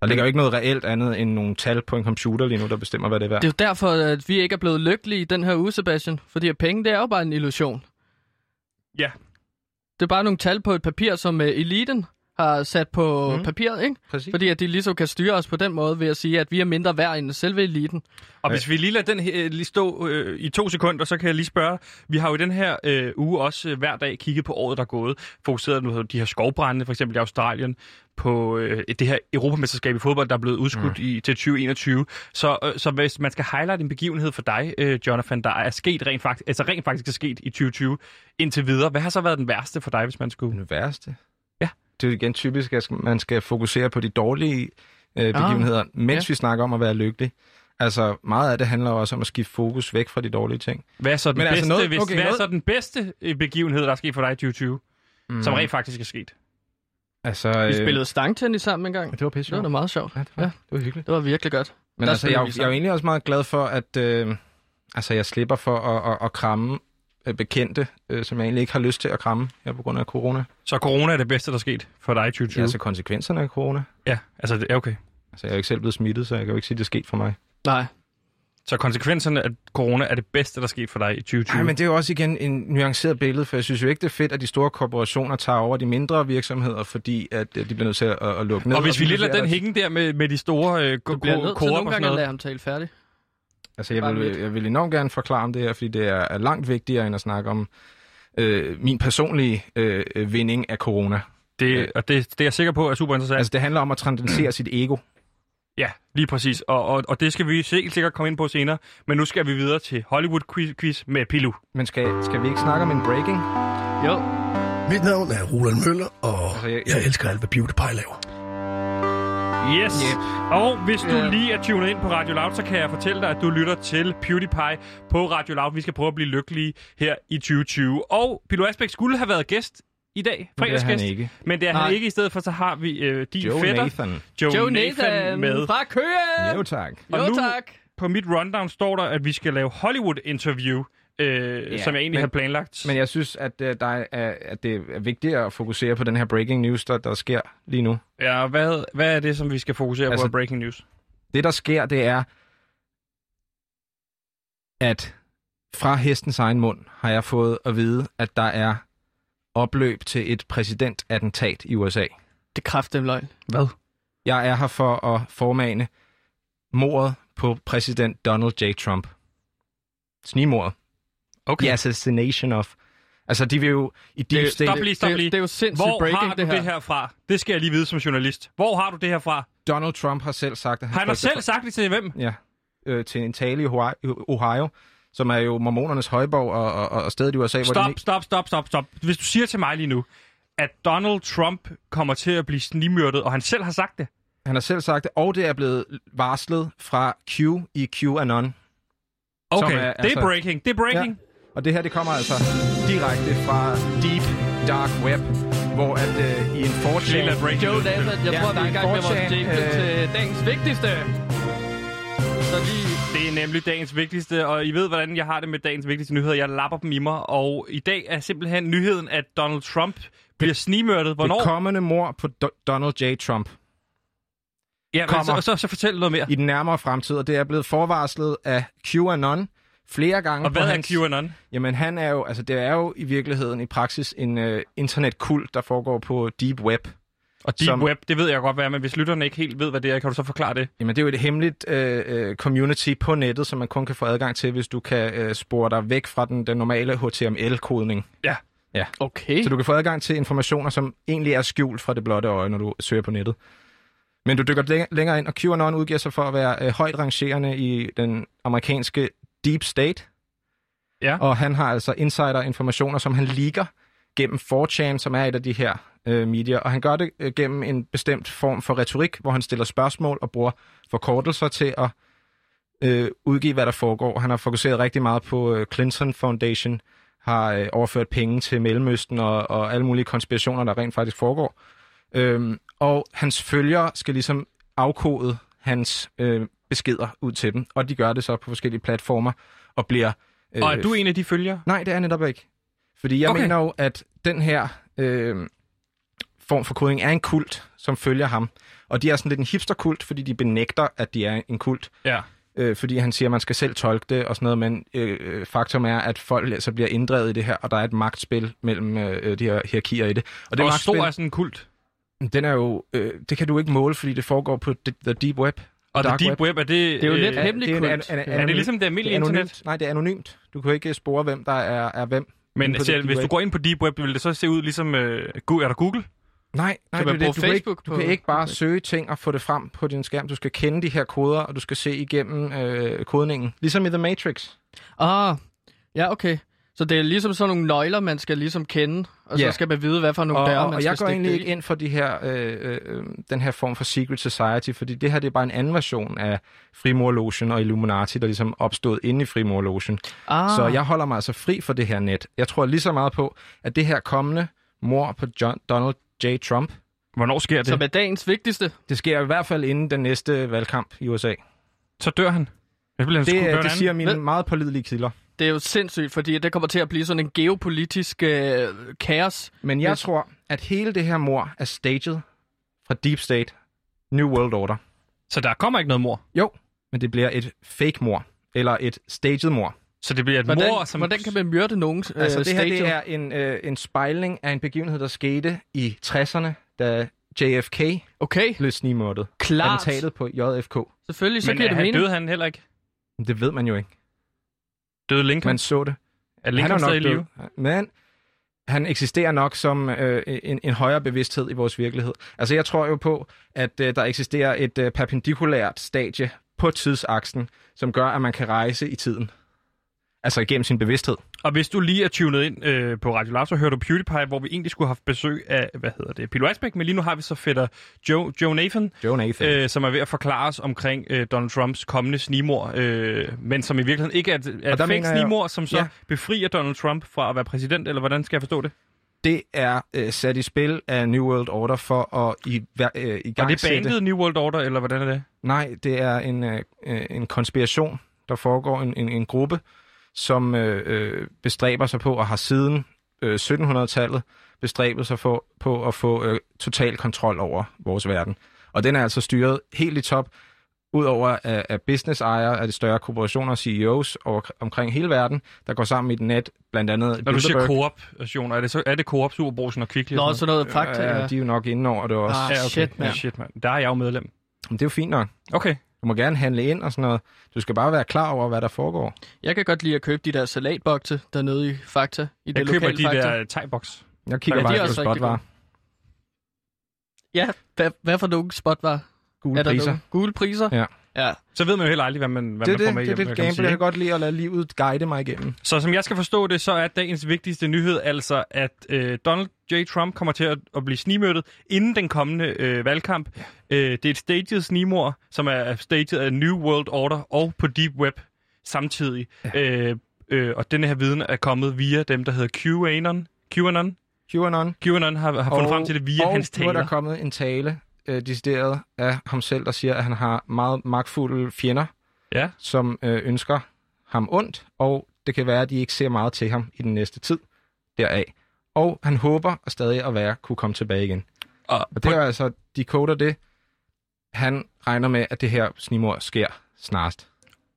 Speaker 4: Der ligger jo ikke noget reelt andet end nogle tal på en computer lige nu, der bestemmer, hvad det er værd.
Speaker 2: Det er jo derfor, at vi ikke er blevet lykkelige i den her uge, Sebastian. Fordi at penge, det er jo bare en illusion.
Speaker 3: Ja.
Speaker 2: Det er bare nogle tal på et papir, som øh, eliten har sat på
Speaker 4: Mhm.
Speaker 2: mm. papiret, ikke?
Speaker 4: Præcis.
Speaker 2: Fordi at de ligesom kan styre os på den måde ved at sige, at vi er mindre værd end selve eliten.
Speaker 3: Og hvis vi lige lader den her, øh, lige stå øh, i to sekunder, så kan jeg lige spørge. Vi har jo i den her øh, uge også øh, hver dag kigget på året, der er gået. Fokuseret på de her skovbrænde, for eksempel i Australien, på øh, det her Europamesterskab i fodbold, der er blevet udskudt mm. i, til 2021. Så, øh, så hvis man skal highlight en begivenhed for dig, øh, Jonathan, der er sket rent faktisk, altså rent faktisk er sket i 2020 indtil videre. Hvad har så været den værste for dig, hvis man skulle?
Speaker 4: Den værste.
Speaker 3: Ja.
Speaker 4: Det er jo igen typisk, at man skal fokusere på de dårlige øh, begivenheder, ah, mens ja. vi snakker om at være lykkelig. Altså, meget af det handler jo også om at skifte fokus væk fra de dårlige ting.
Speaker 3: Hvad er så den,
Speaker 4: Men
Speaker 3: bedste,
Speaker 4: altså
Speaker 3: altså
Speaker 4: noget-
Speaker 3: hvis,
Speaker 4: okay,
Speaker 3: hvad er
Speaker 4: noget-
Speaker 3: så den bedste øh, begivenhed, der er sket for dig i 2020, mm. som rent faktisk er sket?
Speaker 4: Altså,
Speaker 2: Vi
Speaker 4: øh,
Speaker 2: spillede stangtennis sammen en gang.
Speaker 4: Det var pisse
Speaker 2: Det var da meget sjovt.
Speaker 4: Ja, det var,
Speaker 2: Ja.
Speaker 4: det var hyggeligt.
Speaker 2: Det var virkelig godt.
Speaker 4: Men
Speaker 2: Der
Speaker 4: altså, jeg,
Speaker 2: spiller
Speaker 4: er jo-
Speaker 2: vi
Speaker 4: jeg er jo
Speaker 2: sammen.
Speaker 4: egentlig også meget glad for, at øh, altså, jeg slipper for at, at, at kramme øh, bekendte, øh, som jeg egentlig ikke har lyst til at kramme her på grund af corona.
Speaker 3: Så corona er det bedste, der er sket for dig i 2020?
Speaker 4: Ja, altså konsekvenserne af corona.
Speaker 3: Ja, altså det er okay.
Speaker 4: Altså, jeg er jo ikke selv blevet smittet, så jeg kan jo ikke sige, at det er sket for mig.
Speaker 2: Nej.
Speaker 3: Så konsekvenserne af corona er det bedste, der er sket for dig i 2020?
Speaker 4: Nej, men det er jo også igen en nuanceret billede, for jeg synes jo ikke, det er fedt, at de store korporationer tager over de mindre virksomheder, fordi at øh, de bliver nødt til at, at lukke ned.
Speaker 3: og hvis vi
Speaker 4: så
Speaker 3: lige lader
Speaker 4: bliver
Speaker 3: den
Speaker 4: der-
Speaker 3: hænge der med, med de store øh, ko-
Speaker 2: Du bliver
Speaker 3: ko-
Speaker 2: nødt til
Speaker 3: koop
Speaker 2: nogle
Speaker 3: og sådan
Speaker 2: gange at lade
Speaker 3: noget.
Speaker 2: ham tale færdig.
Speaker 4: Altså, jeg
Speaker 2: Bare
Speaker 4: vil,
Speaker 2: lidt.
Speaker 4: jeg vil enormt gerne forklare om det her, fordi det er, er langt vigtigere end at snakke om øh, min personlige øh, øh, vinding af corona.
Speaker 3: Det, og det, det er jeg sikker på er super interessant. Altså,
Speaker 4: Altså, det handler om at transcendere sit ego.
Speaker 3: ja, lige præcis. Og, og, og det skal vi helt sikkert komme ind på senere. Men nu skal vi videre til Hollywood-quiz med Pilu.
Speaker 4: Men skal, skal vi ikke snakke om en breaking?
Speaker 2: Jo.
Speaker 6: Mit navn er Roland Møller, og
Speaker 4: Altså, jeg-
Speaker 6: jeg elsker alt, hvad PewDiePie laver.
Speaker 3: Yes.
Speaker 4: Yep.
Speaker 3: Og hvis du
Speaker 2: Ja.
Speaker 3: lige er tunet ind på Radio Loud, så kan jeg fortælle dig, at du lytter til PewDiePie på Radio Loud. Vi skal prøve at blive lykkelige her i 2020. Og Pilo Asbæk skulle have været gæst i dag,
Speaker 4: Men det er han
Speaker 3: fredagsgæst.
Speaker 4: ikke.
Speaker 3: Men det er han
Speaker 2: Nej.
Speaker 3: ikke. I stedet for, så har vi øh, din
Speaker 4: Joe
Speaker 3: fætter,
Speaker 4: Nathan.
Speaker 3: Joe,
Speaker 2: Joe
Speaker 3: Nathan,
Speaker 2: Nathan
Speaker 3: med.
Speaker 2: fra Køen!
Speaker 4: Jo, tak.
Speaker 2: Jo,
Speaker 3: Og nu-
Speaker 2: tak.
Speaker 3: På mit rundown står der, at vi skal lave Hollywood-interview, øh, som jeg egentlig
Speaker 4: men-
Speaker 3: havde planlagt.
Speaker 4: Men jeg synes, at, øh, der er, at det er vigtigt at fokusere på den her breaking news, der, der sker lige nu.
Speaker 3: Ja, og hvad, hvad er det, som vi skal fokusere altså,
Speaker 4: Altså-
Speaker 3: på i breaking news?
Speaker 4: Det, der sker, det er, at fra hestens egen mund har jeg fået at vide, at der er opløb til et præsidentattentat i USA.
Speaker 2: Det kræftede løgn.
Speaker 3: Hvad?
Speaker 4: Jeg er her for at formane mordet på præsident Donald J. Trump. Snigmordet.
Speaker 3: Okay.
Speaker 4: The assassination of. Altså, de vil jo i deep
Speaker 3: Det-
Speaker 4: state...
Speaker 3: stop lige, stop
Speaker 2: Det,
Speaker 3: lige.
Speaker 2: det er jo sindssygt
Speaker 3: Hvor
Speaker 2: breaking,
Speaker 3: har du det her.
Speaker 2: her.
Speaker 3: det her fra? Det skal jeg lige vide som journalist. Hvor har du det her fra?
Speaker 4: Donald Trump har selv sagt, at
Speaker 3: Har han har
Speaker 4: frygter
Speaker 3: selv sagt det til hvem?
Speaker 4: for- Ja, øh, til en tale i Ohio- Ohio, som er jo mormonernes højborg og, og, og stedet i USA, hvor de...
Speaker 3: Stop, stop, stop, stop, stop. Hvis du siger til mig lige nu, at Donald Trump kommer til at blive snimyrdet, og han selv har sagt det.
Speaker 4: Han har selv sagt det, og det er blevet varslet fra Q i QAnon.
Speaker 3: Okay,
Speaker 4: er-
Speaker 3: er, det
Speaker 4: altså-
Speaker 3: er breaking, det er breaking.
Speaker 4: Og det her, det kommer altså direkte fra Deep Dark Web, hvor at øh, i en
Speaker 3: Lille
Speaker 4: fortune...
Speaker 3: breaking.
Speaker 2: Joe Nathan, jeg
Speaker 4: Ja, der
Speaker 2: tror, vi er
Speaker 4: er
Speaker 2: i
Speaker 4: en
Speaker 2: gang med vores
Speaker 4: 4chan,
Speaker 2: jingle
Speaker 4: øh,
Speaker 2: til dagens vigtigste. Så lige...
Speaker 3: Det er nemlig dagens vigtigste, og I ved, hvordan jeg har det med dagens vigtigste nyheder. Jeg lapper dem i mig, og i dag er simpelthen nyheden, at Donald Trump bliver snimørtet.
Speaker 4: Det
Speaker 3: Hvornår?
Speaker 4: kommende mord på Do- Donald J. Trump
Speaker 3: Ja, men
Speaker 4: kommer.
Speaker 3: så, så, så fortæl noget mere.
Speaker 4: i den nærmere fremtid, og det er blevet forvarslet af QAnon flere gange.
Speaker 3: Og
Speaker 4: på
Speaker 3: hvad er
Speaker 4: hans-
Speaker 3: QAnon?
Speaker 4: Jamen han er jo, altså det er jo i virkeligheden i praksis en øh, internetkult, der foregår på Deep Web.
Speaker 3: Og deep
Speaker 4: Som-
Speaker 3: som... web, det ved jeg godt, hvad er, men hvis lytterne ikke helt ved, hvad det er, kan du så forklare det?
Speaker 4: Jamen, det er jo et hemmeligt øh, øh, community på nettet, som man kun kan få adgang til, hvis du kan øh, spore dig væk fra den, den normale HTML-kodning.
Speaker 2: Okay.
Speaker 4: Så du kan få adgang til informationer, som egentlig er skjult fra det blotte øje, når du søger på nettet. Men du dykker læng- længere ind, og QAnon udgiver sig for at være øh, højt rangerende i den amerikanske deep state.
Speaker 3: Ja.
Speaker 4: Og han har altså insider-informationer, som han leaker gennem 4chan, som er et af de her øh, medier. Og han gør det øh, gennem en bestemt form for retorik, hvor han stiller spørgsmål og bruger forkortelser til at øh, udgive, hvad der foregår. Han har fokuseret rigtig meget på øh, Clinton Foundation, har øh, overført penge til Mellemøsten og, og alle mulige konspirationer, der rent faktisk foregår. Øhm, og hans følgere skal ligesom afkode hans øh, beskeder ud til dem, og de gør det så på forskellige platformer og bliver... Øh,
Speaker 3: Og er du en af de følgere?
Speaker 4: Nej, det er jeg netop ikke. Fordi jeg okay.
Speaker 3: Okay.
Speaker 4: mener jo, at den her øh, form for kodning er en kult, som følger ham. Og de er sådan lidt en hipsterkult, fordi de benægter, at de er en kult
Speaker 3: Ja.
Speaker 4: øh, fordi han siger, at man skal selv tolke det og sådan noget, men øh, øh, faktum er, at folk så bliver inddrevet i det her, og der er et magtspil mellem øh, øh, de her hierarkier i det. Og det
Speaker 3: Hvor
Speaker 4: magtspil,
Speaker 3: stor er sådan en kult?
Speaker 4: den er jo, øh, det kan du ikke måle, fordi det foregår på the, the deep web.
Speaker 3: Og
Speaker 4: Dark
Speaker 3: the deep
Speaker 4: web.
Speaker 3: web, er det... Det
Speaker 2: er jo lidt
Speaker 4: Ja,
Speaker 2: hemmelig
Speaker 4: Øh, det er en
Speaker 2: kult.
Speaker 4: an- an-
Speaker 3: Er det
Speaker 4: anonym-
Speaker 3: ligesom det
Speaker 4: det
Speaker 3: almindelige
Speaker 4: er
Speaker 3: internet?
Speaker 4: anonymt. Nej, det er anonymt. Du kan ikke spore, hvem der er, er hvem. inde
Speaker 3: Men
Speaker 4: på
Speaker 3: selv,
Speaker 4: the
Speaker 3: hvis du
Speaker 4: web.
Speaker 3: går ind på deep web, vil det så se ud ligesom... Øh, Gu- er der Google?
Speaker 4: Nej, nej
Speaker 2: man
Speaker 4: det er
Speaker 2: bruge
Speaker 4: det. du, kan ikke,
Speaker 2: Facebook
Speaker 4: du kan
Speaker 2: på-
Speaker 4: ikke bare søge ting og få det frem på din skærm. Du skal kende de her koder, og du skal se igennem øh, kodningen. Ligesom i The Matrix.
Speaker 2: Ah, ja, okay. Så det er ligesom sådan nogle nøgler, man skal ligesom kende, og
Speaker 4: Ja.
Speaker 2: så skal man vide, hvad for nogle
Speaker 4: og,
Speaker 2: døre,
Speaker 4: og,
Speaker 2: man
Speaker 4: og jeg
Speaker 2: skal
Speaker 4: går
Speaker 2: stikke
Speaker 4: egentlig
Speaker 2: det
Speaker 4: ikke
Speaker 2: i.
Speaker 4: ind for de her, øh, øh, øh, den her form for secret society, fordi det her det er bare en anden version af frimurlogen og Illuminati, der ligesom opstod inde i frimurlogen.
Speaker 2: Ah,
Speaker 4: Ah. Så jeg holder mig altså fri for det her net. Jeg tror lige så meget på, at det her kommende mor på John, Donald J. Trump,
Speaker 3: Hvornår sker
Speaker 2: som
Speaker 3: det?
Speaker 2: er dagens vigtigste.
Speaker 4: det sker i hvert fald inden den næste valgkamp i USA.
Speaker 3: Så dør han. Det, bliver han sgu
Speaker 4: Det, øh,
Speaker 3: dør en
Speaker 4: det
Speaker 3: anden.
Speaker 4: siger mine
Speaker 2: Hvad?
Speaker 4: meget pålidelige kilder.
Speaker 2: Det er jo sindssygt, fordi det kommer til at blive sådan en geopolitisk øh, kaos.
Speaker 4: Men jeg
Speaker 2: Yes.
Speaker 4: tror, at hele det her mor er staged fra Deep State, New World Order.
Speaker 3: Så der kommer ikke noget mor.
Speaker 4: Jo, men det bliver et fake mor, eller et staged mor.
Speaker 3: Så det bliver et
Speaker 2: Hvordan,
Speaker 3: mor, som...
Speaker 2: hvordan kan man myrde nogen? Øh,
Speaker 4: Altså, det her det
Speaker 2: stadium?
Speaker 4: er en, øh, en spejling af en begivenhed, der skete i 60'erne, da JFK
Speaker 2: Okay,
Speaker 4: blev snigmordet.
Speaker 2: klart.
Speaker 4: Attentatet på JFK.
Speaker 2: Selvfølgelig, så
Speaker 3: Men
Speaker 2: giver
Speaker 3: er
Speaker 2: det
Speaker 3: han
Speaker 2: mening.
Speaker 3: døde han heller ikke?
Speaker 4: Men Det ved man jo ikke.
Speaker 3: Døde Lincoln?
Speaker 4: Man så det.
Speaker 3: er Lincoln
Speaker 4: han er
Speaker 3: stadig i live?
Speaker 4: død. Men han eksisterer nok som øh, en, en højere bevidsthed i vores virkelighed. Altså, jeg tror jo på, at øh, der eksisterer et øh, perpendikulært stadie på tidsaksen, som gør, at man kan rejse i tiden. Altså igennem sin bevidsthed.
Speaker 3: Og hvis du lige er tunet ind øh, på Radio Lab, så hører du PewDiePie, hvor vi egentlig skulle have haft besøg af, hvad hedder det, Pilo Asbæk, men lige nu har vi så fætter Joe, Joe Nathan,
Speaker 4: Joe Nathan.
Speaker 3: øh, som er ved at forklare os omkring øh, Donald Trumps kommende snimor, øh, men som i virkeligheden ikke er, et- er
Speaker 4: Og
Speaker 3: et
Speaker 4: der
Speaker 3: fake
Speaker 4: mener jeg-
Speaker 3: snimor, som så
Speaker 4: Ja.
Speaker 3: ja. befrier Donald Trump fra at være præsident, eller hvordan skal jeg forstå det?
Speaker 4: det er øh, sat i spil af New World Order for at i, øh, i
Speaker 3: Er
Speaker 4: gang
Speaker 3: det bandet New World Order, eller hvordan er det?
Speaker 4: Nej, det er en, øh, øh, en konspiration, der foregår en, en, en gruppe, som øh, øh, bestræber sig på, og har siden øh, 1700-tallet bestræbet sig for, på at få øh, total kontrol over vores verden. Og den er altså styret helt i top, udover af, af business-ejere, af de større korporationer og CEOs over, omkring hele verden, der går sammen i et net, blandt andet
Speaker 3: Når du siger
Speaker 4: Bilderberg.
Speaker 3: koop-ationer, er det, så, er det koop, Superbrugsen og Kvickly? og
Speaker 2: Nå,
Speaker 3: sådan
Speaker 2: sådan noget fakta.
Speaker 4: Ja,
Speaker 2: Ja,
Speaker 4: Øh, de er jo nok inde over det også.
Speaker 2: Ah,
Speaker 3: noget?
Speaker 2: shit, mand.
Speaker 3: Shit, mand. Der er jeg jo medlem.
Speaker 4: Men det er jo fint nok.
Speaker 3: Okay.
Speaker 4: Du må gerne handle ind og sådan noget. Du skal bare være klar over, hvad der foregår.
Speaker 2: Jeg kan godt lide at købe de der salatbokse dernede i Fakta. I
Speaker 3: Jeg
Speaker 2: det
Speaker 3: køber
Speaker 2: lokale
Speaker 3: de
Speaker 2: Fakta.
Speaker 3: der thai-boks.
Speaker 4: Jeg
Speaker 2: Ja,
Speaker 4: kigger
Speaker 2: de er
Speaker 4: bare på
Speaker 2: også rigtig
Speaker 4: spotvarer.
Speaker 2: Ja, hvad, hvad for nogle spot var?
Speaker 4: Gule
Speaker 2: der
Speaker 4: priser.
Speaker 2: nogle gule priser?
Speaker 4: Ja.
Speaker 2: ja.
Speaker 3: Så ved man jo heller aldrig, hvad man, hvad
Speaker 4: Det er
Speaker 3: man får med
Speaker 4: det, det, er
Speaker 3: hjem.
Speaker 4: det
Speaker 3: kan man
Speaker 4: gamble,
Speaker 3: sige,
Speaker 4: jeg
Speaker 3: ikke?
Speaker 4: kan godt lide at lade livet guide mig igennem.
Speaker 3: Så som jeg skal forstå det, så er dagens vigtigste nyhed altså, at øh, Donald J. Trump kommer til at, at blive snimørtet inden den kommende øh, valgkamp. Øh, det er et staged snimor, som er staged af New World Order og på Deep Web samtidig. Ja. Øh, øh, og denne her viden er kommet via dem, der hedder QAnon. QAnon,
Speaker 4: QAnon.
Speaker 3: QAnon har, har fundet frem til det via
Speaker 4: og
Speaker 3: hans
Speaker 4: nu er
Speaker 3: taler.
Speaker 4: der kommet en tale, øh, decideret af ham selv, der siger, at han har meget magtfulde fjender,
Speaker 3: Ja.
Speaker 4: som øh, ønsker ham ondt, og det kan være, at de ikke ser meget til ham i den næste tid deraf. Og han håber at stadig at være kunne komme tilbage igen.
Speaker 3: Og,
Speaker 4: Og det er altså, de koder det. Han regner med, at det her snimor sker snarest.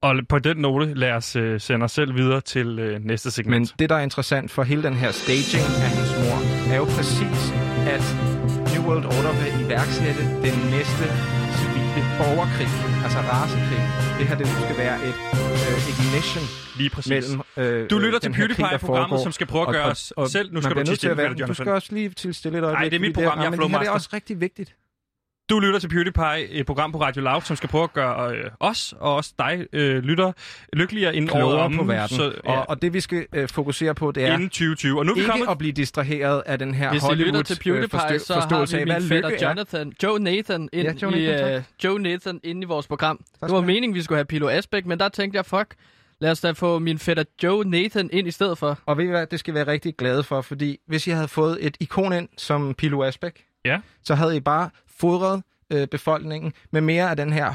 Speaker 3: og på den note, lad os øh, sende os selv videre til øh, næste segment.
Speaker 4: Men det, der er interessant for hele den her staging af hans mor, er jo præcis, at New New World Order vil iværksætte den næste civile borgerkrig, altså rasekrig. Det her, det nu skal være et øh, ignition
Speaker 3: Lige præcis.
Speaker 4: mellem... Øh,
Speaker 3: Du lytter
Speaker 4: øh, den
Speaker 3: til
Speaker 4: her krig, der
Speaker 3: PewDiePie-programmet,
Speaker 4: foregår.
Speaker 3: som skal prøve at gøre os selv- nu
Speaker 4: man
Speaker 3: skal du
Speaker 4: bliver
Speaker 3: tie
Speaker 4: nødt til
Speaker 3: stille,
Speaker 4: at være-
Speaker 3: Peter
Speaker 4: Du
Speaker 3: Johnson.
Speaker 4: skal også lige til stille et øjeblik.
Speaker 3: det er mit
Speaker 4: fordi
Speaker 3: program, jeg er
Speaker 4: ah, men det her, det er
Speaker 3: flowmaster.
Speaker 4: også rigtig vigtigt.
Speaker 3: Du lytter til PewDiePie, et program på Radio Loud, som skal prøve at gøre øh, os og også dig, øh, lytter, lykkeligere inden året
Speaker 4: klogere
Speaker 3: om,
Speaker 4: på verden.
Speaker 3: Så, ja,
Speaker 4: og, og det vi skal øh, fokusere på, det er
Speaker 3: inden 2020. Og nu er vi
Speaker 4: ikke
Speaker 3: kommet...
Speaker 4: at blive distraheret af den her
Speaker 2: Hvis I lytter
Speaker 4: Hollywood
Speaker 2: til PewDiePie,
Speaker 4: øh,
Speaker 2: så har vi
Speaker 4: af, hvad
Speaker 2: min fætter
Speaker 4: lykke er.
Speaker 2: Jonathan, Joe Nathan ind,
Speaker 4: Ja, Joe
Speaker 2: i,
Speaker 4: Nathan, tak.
Speaker 2: øh, Joe Nathan ind i vores program.
Speaker 4: Tak
Speaker 2: Det var
Speaker 4: skal du have.
Speaker 2: meningen, vi skulle have Pilo Asbæk, men der tænkte jeg, fuck, lad os da få min fætter Joe Nathan ind i stedet for.
Speaker 4: Og ved I hvad, det skal I være rigtig glade for, fordi hvis I havde fået et ikon ind som Pilo Asbæk,
Speaker 3: Ja.
Speaker 4: så havde I bare fodret øh, befolkningen med mere af den her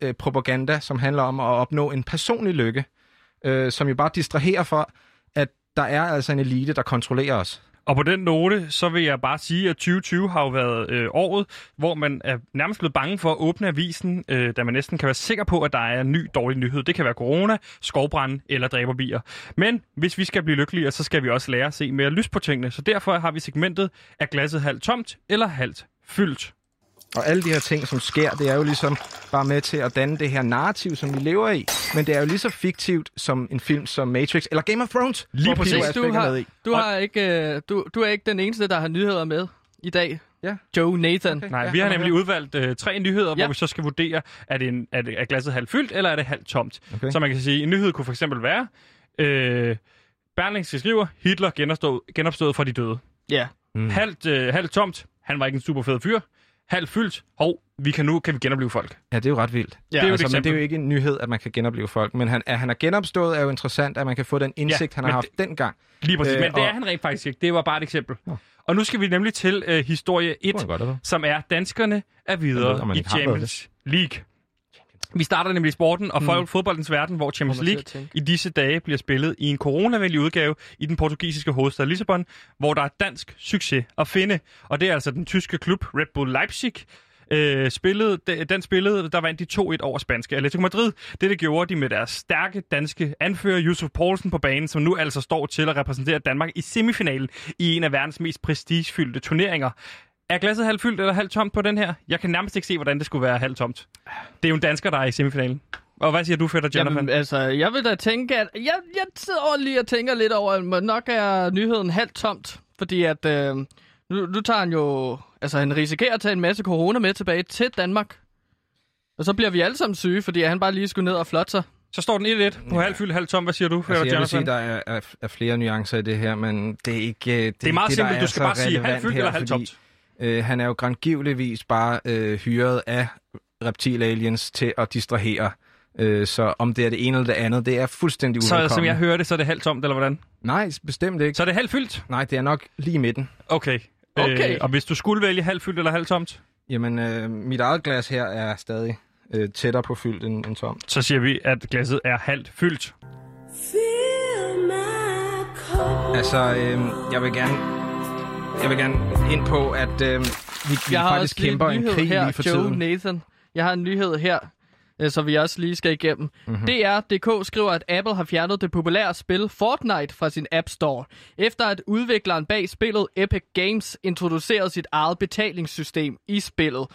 Speaker 4: Hollywood-propaganda, som handler om at opnå en personlig lykke, øh, som jo bare distraherer for, at der er altså en elite, der kontrollerer os.
Speaker 3: Og på den note, så vil jeg bare sige, at 2020 har jo været øh, året, hvor man er nærmest blevet bange for at åbne avisen, øh, da man næsten kan være sikker på, at der er en ny dårlig nyhed. Det kan være corona, skovbrand eller dræberbier. Men hvis vi skal blive lykkeligere, så skal vi også lære at se mere lys på tingene. Så derfor har vi segmentet, er glasset halvt tomt eller halvt fyldt?
Speaker 4: Og alle de her ting, som sker, det er jo ligesom bare med til at danne det her narrativ, som vi lever i. Men det er jo lige så fiktivt som en film som Matrix eller Game of Thrones.
Speaker 3: Lige
Speaker 4: hvor
Speaker 3: præcis.
Speaker 4: Peter Asbæk
Speaker 2: Du
Speaker 4: er med
Speaker 2: har,
Speaker 4: i.
Speaker 2: du, har ikke, øh, du, du er ikke den eneste, der har nyheder med i dag.
Speaker 4: Ja.
Speaker 2: Joe Nathan.
Speaker 4: [LAUGHS] Okay.
Speaker 3: Nej,
Speaker 4: Ja,
Speaker 3: vi har
Speaker 4: kom
Speaker 3: nemlig udvalgt øh, tre nyheder, ja.
Speaker 2: Ja.
Speaker 3: hvor vi så skal vurdere, er, det en, er, det, er glasset halvt fyldt, eller er det halvt tomt?
Speaker 4: Okay.
Speaker 3: Så man kan sige, en nyhed kunne for eksempel være, øh, Berlingske skriver, Hitler genopstod, genopstod fra de døde.
Speaker 2: Ja.
Speaker 3: Mm. Halvt, øh, halvt tomt, han var ikke en super fed fyr. Halvt fyldt, hov, vi kan nu kan vi genopleve folk.
Speaker 4: Ja, det er jo ret vildt.
Speaker 3: Ja, det er jo
Speaker 4: altså,
Speaker 3: et
Speaker 4: men det er jo
Speaker 3: eksempel.
Speaker 4: ikke en nyhed, at man kan genopleve folk. Men han, at han er genopstået er jo interessant, at man kan få den indsigt,
Speaker 3: Ja,
Speaker 4: han har
Speaker 3: men
Speaker 4: haft dengang.
Speaker 3: Lige præcis,
Speaker 4: Øh,
Speaker 3: øh, men det
Speaker 4: og-
Speaker 3: er han rent faktisk ikke. Det var bare et eksempel. Og nu skal vi nemlig til øh, historie 1,
Speaker 4: man godt have været.
Speaker 3: som er danskerne er
Speaker 4: Jeg ved, om
Speaker 3: videre
Speaker 4: man
Speaker 3: i
Speaker 4: ikke har været
Speaker 3: Champions League. Vi starter nemlig i sporten og mm. fodboldens verden, hvor Champions
Speaker 2: Kommer til
Speaker 3: League
Speaker 2: at tænke.
Speaker 3: i disse dage bliver spillet i en coronavenlig udgave i den portugisiske hovedstad Lissabon, hvor der er dansk succes at finde. Og det er altså den tyske klub Red Bull Leipzig, Øh, spillede, de- den spillede, der vandt de 2-1 over spanske Atletico Madrid. Det, det gjorde de med deres stærke danske anfører, Yusuf Poulsen, på banen, som nu altså står til at repræsentere Danmark i semifinalen i en af verdens mest prestigefyldte turneringer. Er glasset halvt fyldt eller halvt tomt på den her? Jeg kan nærmest ikke se, hvordan det skulle være halvt tomt. Det er jo en dansker, der er i semifinalen. Og hvad siger du, fætter Jonathan?
Speaker 2: Jamen, altså, jeg vil da tænke, at... Jeg, jeg sidder over lige og tænker lidt over, at må- nok er nyheden halvt tomt, fordi at... Øh, nu, nu tager han jo... Altså, han risikerer at tage en masse corona med tilbage til Danmark. Og så bliver vi alle sammen syge, fordi han bare lige skulle ned og flotte sig.
Speaker 3: Så står den 1-1 på halvt fyldt, halvt tom. Hvad siger du, Fætter
Speaker 4: Altså, jeg vil
Speaker 3: Jonathan?
Speaker 4: sige, der er, er, er flere nuancer i det her, men det er ikke... øh, Det,
Speaker 3: det er meget
Speaker 4: det, der
Speaker 3: simpelt. Du skal
Speaker 4: så
Speaker 3: bare sige halvt
Speaker 4: relevant
Speaker 3: fyldt
Speaker 4: her,
Speaker 3: eller halvt
Speaker 4: fordi,
Speaker 3: tomt.
Speaker 4: Øh, han er jo grangivligvis bare øh, hyret af reptilaliens til at distrahere. Øh, så om det er det ene eller det andet, det er fuldstændig
Speaker 3: Så som
Speaker 4: uvedkommende.
Speaker 3: jeg hører det, så er det halvt tomt, eller hvordan?
Speaker 4: Nej, bestemt ikke.
Speaker 3: Så er det halvt fyldt?
Speaker 4: Nej, det er nok lige i midten.
Speaker 3: Okay.
Speaker 2: Okay.
Speaker 3: Øh, og hvis du skulle vælge halvt fyldt eller halvt tomt,
Speaker 4: Jamen, øh, mit eget glas her er stadig øh, tættere på fyldt end, end tomt.
Speaker 3: så siger vi, at glasset er halvt fyldt.
Speaker 4: Altså, øh, jeg vil gerne jeg vil gerne ind på, at øh, vi, vi
Speaker 2: Jeg har
Speaker 4: faktisk
Speaker 2: også lige
Speaker 4: kæmper en
Speaker 2: nyhed
Speaker 4: krig
Speaker 2: her,
Speaker 4: lige for
Speaker 2: Joe
Speaker 4: tiden.
Speaker 2: Nathan. Jeg har en nyhed her, øh, som vi også lige skal igennem.
Speaker 4: Mhm.
Speaker 2: Mm-hmm. DR.dk skriver, at Apple har fjernet det populære spil Fortnite fra sin App Store, efter at udvikleren bag spillet Epic Games introducerede sit eget betalingssystem i spillet.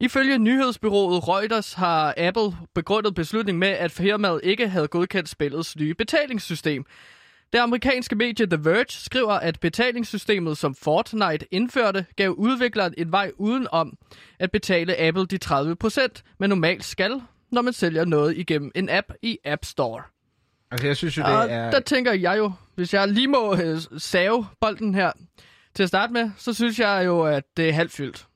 Speaker 2: Ifølge nyhedsbyrået Reuters har Apple begrundet beslutningen med, at firmaet ikke havde godkendt spillets nye betalingssystem. Det amerikanske medie The Verge skriver, at betalingssystemet, som Fortnite indførte, gav udvikleren en vej udenom at betale Apple de 30%, man normalt skal, når man sælger noget igennem en app i App Store.
Speaker 4: Altså, jeg synes jo,
Speaker 2: Og
Speaker 4: det er...
Speaker 2: der tænker jeg jo, hvis jeg lige må øh, save bolden her til at starte med, så synes jeg jo, at det er halvfyldt.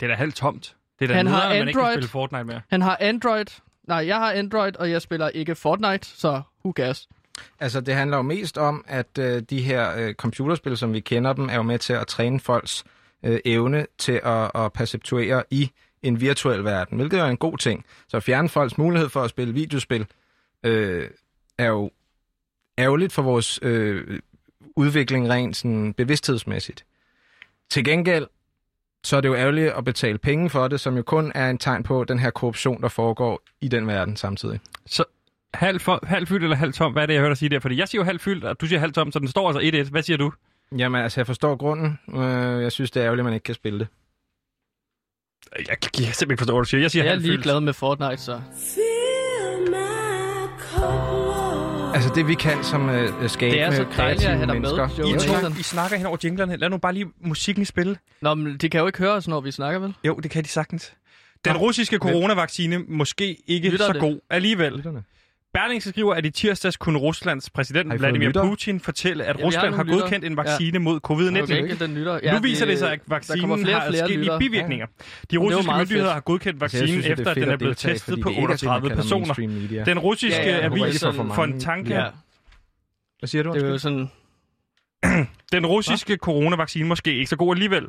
Speaker 3: Det er da halvt tomt. Det er da
Speaker 2: Han har
Speaker 3: nederen, at man ikke kan
Speaker 2: Android.
Speaker 3: spille Fortnite mere.
Speaker 2: Han har Android. Nej, jeg har Android, og jeg spiller ikke Fortnite, så who cares?
Speaker 4: Altså, det handler jo mest om, at øh, de her øh, computerspil, som vi kender dem, er jo med til at træne folks øh, evne til at, at perceptuere i en virtuel verden, hvilket er en god ting. Så at fjerne folks mulighed for at spille videospil øh, er jo ærgerligt for vores øh, udvikling rent sådan, bevidsthedsmæssigt. Til gengæld, så er det jo ærgerligt at betale penge for det, som jo kun er en tegn på den her korruption, der foregår i den verden samtidig.
Speaker 3: Så halvt, for, halvt fyldt eller halvt tomt, hvad er det, jeg hører dig sige der? Fordi jeg siger jo halvt fyldt, og du siger halvt tomt, så den står altså 1-1. Hvad siger du?
Speaker 4: Jamen, altså, jeg forstår grunden. Øh, jeg synes, det er ærgerligt, at man ikke kan spille det.
Speaker 3: Jeg, jeg kan simpelthen ikke forstå, hvad du siger. Jeg siger
Speaker 2: Jeg er
Speaker 3: halvfølelse.
Speaker 2: lige glad med Fortnite, så.
Speaker 4: Altså det vi kan som øh, skabe
Speaker 2: Det er
Speaker 3: altså
Speaker 2: så dejligt at have dig med, Joe.
Speaker 3: I
Speaker 2: Jo,
Speaker 3: to,
Speaker 2: Jonathan.
Speaker 3: I snakker hen over jinglerne. Lad nu bare lige musikken spille.
Speaker 2: Nå, men de kan jo ikke høre os, når vi snakker, vel?
Speaker 3: Jo, det kan de sagtens. Den russiske coronavaccine måske ikke
Speaker 2: Lytter
Speaker 3: så
Speaker 2: det?
Speaker 3: god alligevel.
Speaker 4: Lytterne. Altså,
Speaker 3: Berlingske skriver, at i tirsdags kunne Ruslands præsident
Speaker 4: Har I fået
Speaker 3: Vladimir
Speaker 4: lyttere?
Speaker 3: Putin fortælle, at
Speaker 2: vi har
Speaker 3: Rusland
Speaker 2: nogle
Speaker 3: har
Speaker 2: lyttere.
Speaker 3: godkendt en vaccine mod covid-19.
Speaker 2: Okay, ikke den lytter.
Speaker 3: Ja, nu viser det, sig, at vaccinen flere, har forskellige bivirkninger. De
Speaker 2: jo
Speaker 3: russiske
Speaker 2: meget
Speaker 3: myndigheder
Speaker 2: fedt.
Speaker 3: har godkendt
Speaker 4: Altså, jeg
Speaker 3: vaccinen,
Speaker 4: synes, jo, det
Speaker 3: efter at
Speaker 4: fedt
Speaker 3: den er
Speaker 4: at
Speaker 3: blevet
Speaker 4: deltage,
Speaker 3: testet
Speaker 4: fordi
Speaker 3: på
Speaker 4: det ikke er det, man
Speaker 3: 38
Speaker 4: kalder
Speaker 3: personer.
Speaker 4: mainstream media.
Speaker 3: Den russiske
Speaker 2: Ja, ja, jeg
Speaker 3: ja, ja,
Speaker 2: håber
Speaker 3: avis
Speaker 2: ikke, de får
Speaker 4: for
Speaker 3: Fontanka,
Speaker 4: mange.
Speaker 3: ja.
Speaker 2: Ja,
Speaker 4: Hvad siger du?
Speaker 2: det er jo
Speaker 4: undskyld?
Speaker 2: sådan...
Speaker 3: den russiske coronavaccine måske ikke så god alligevel.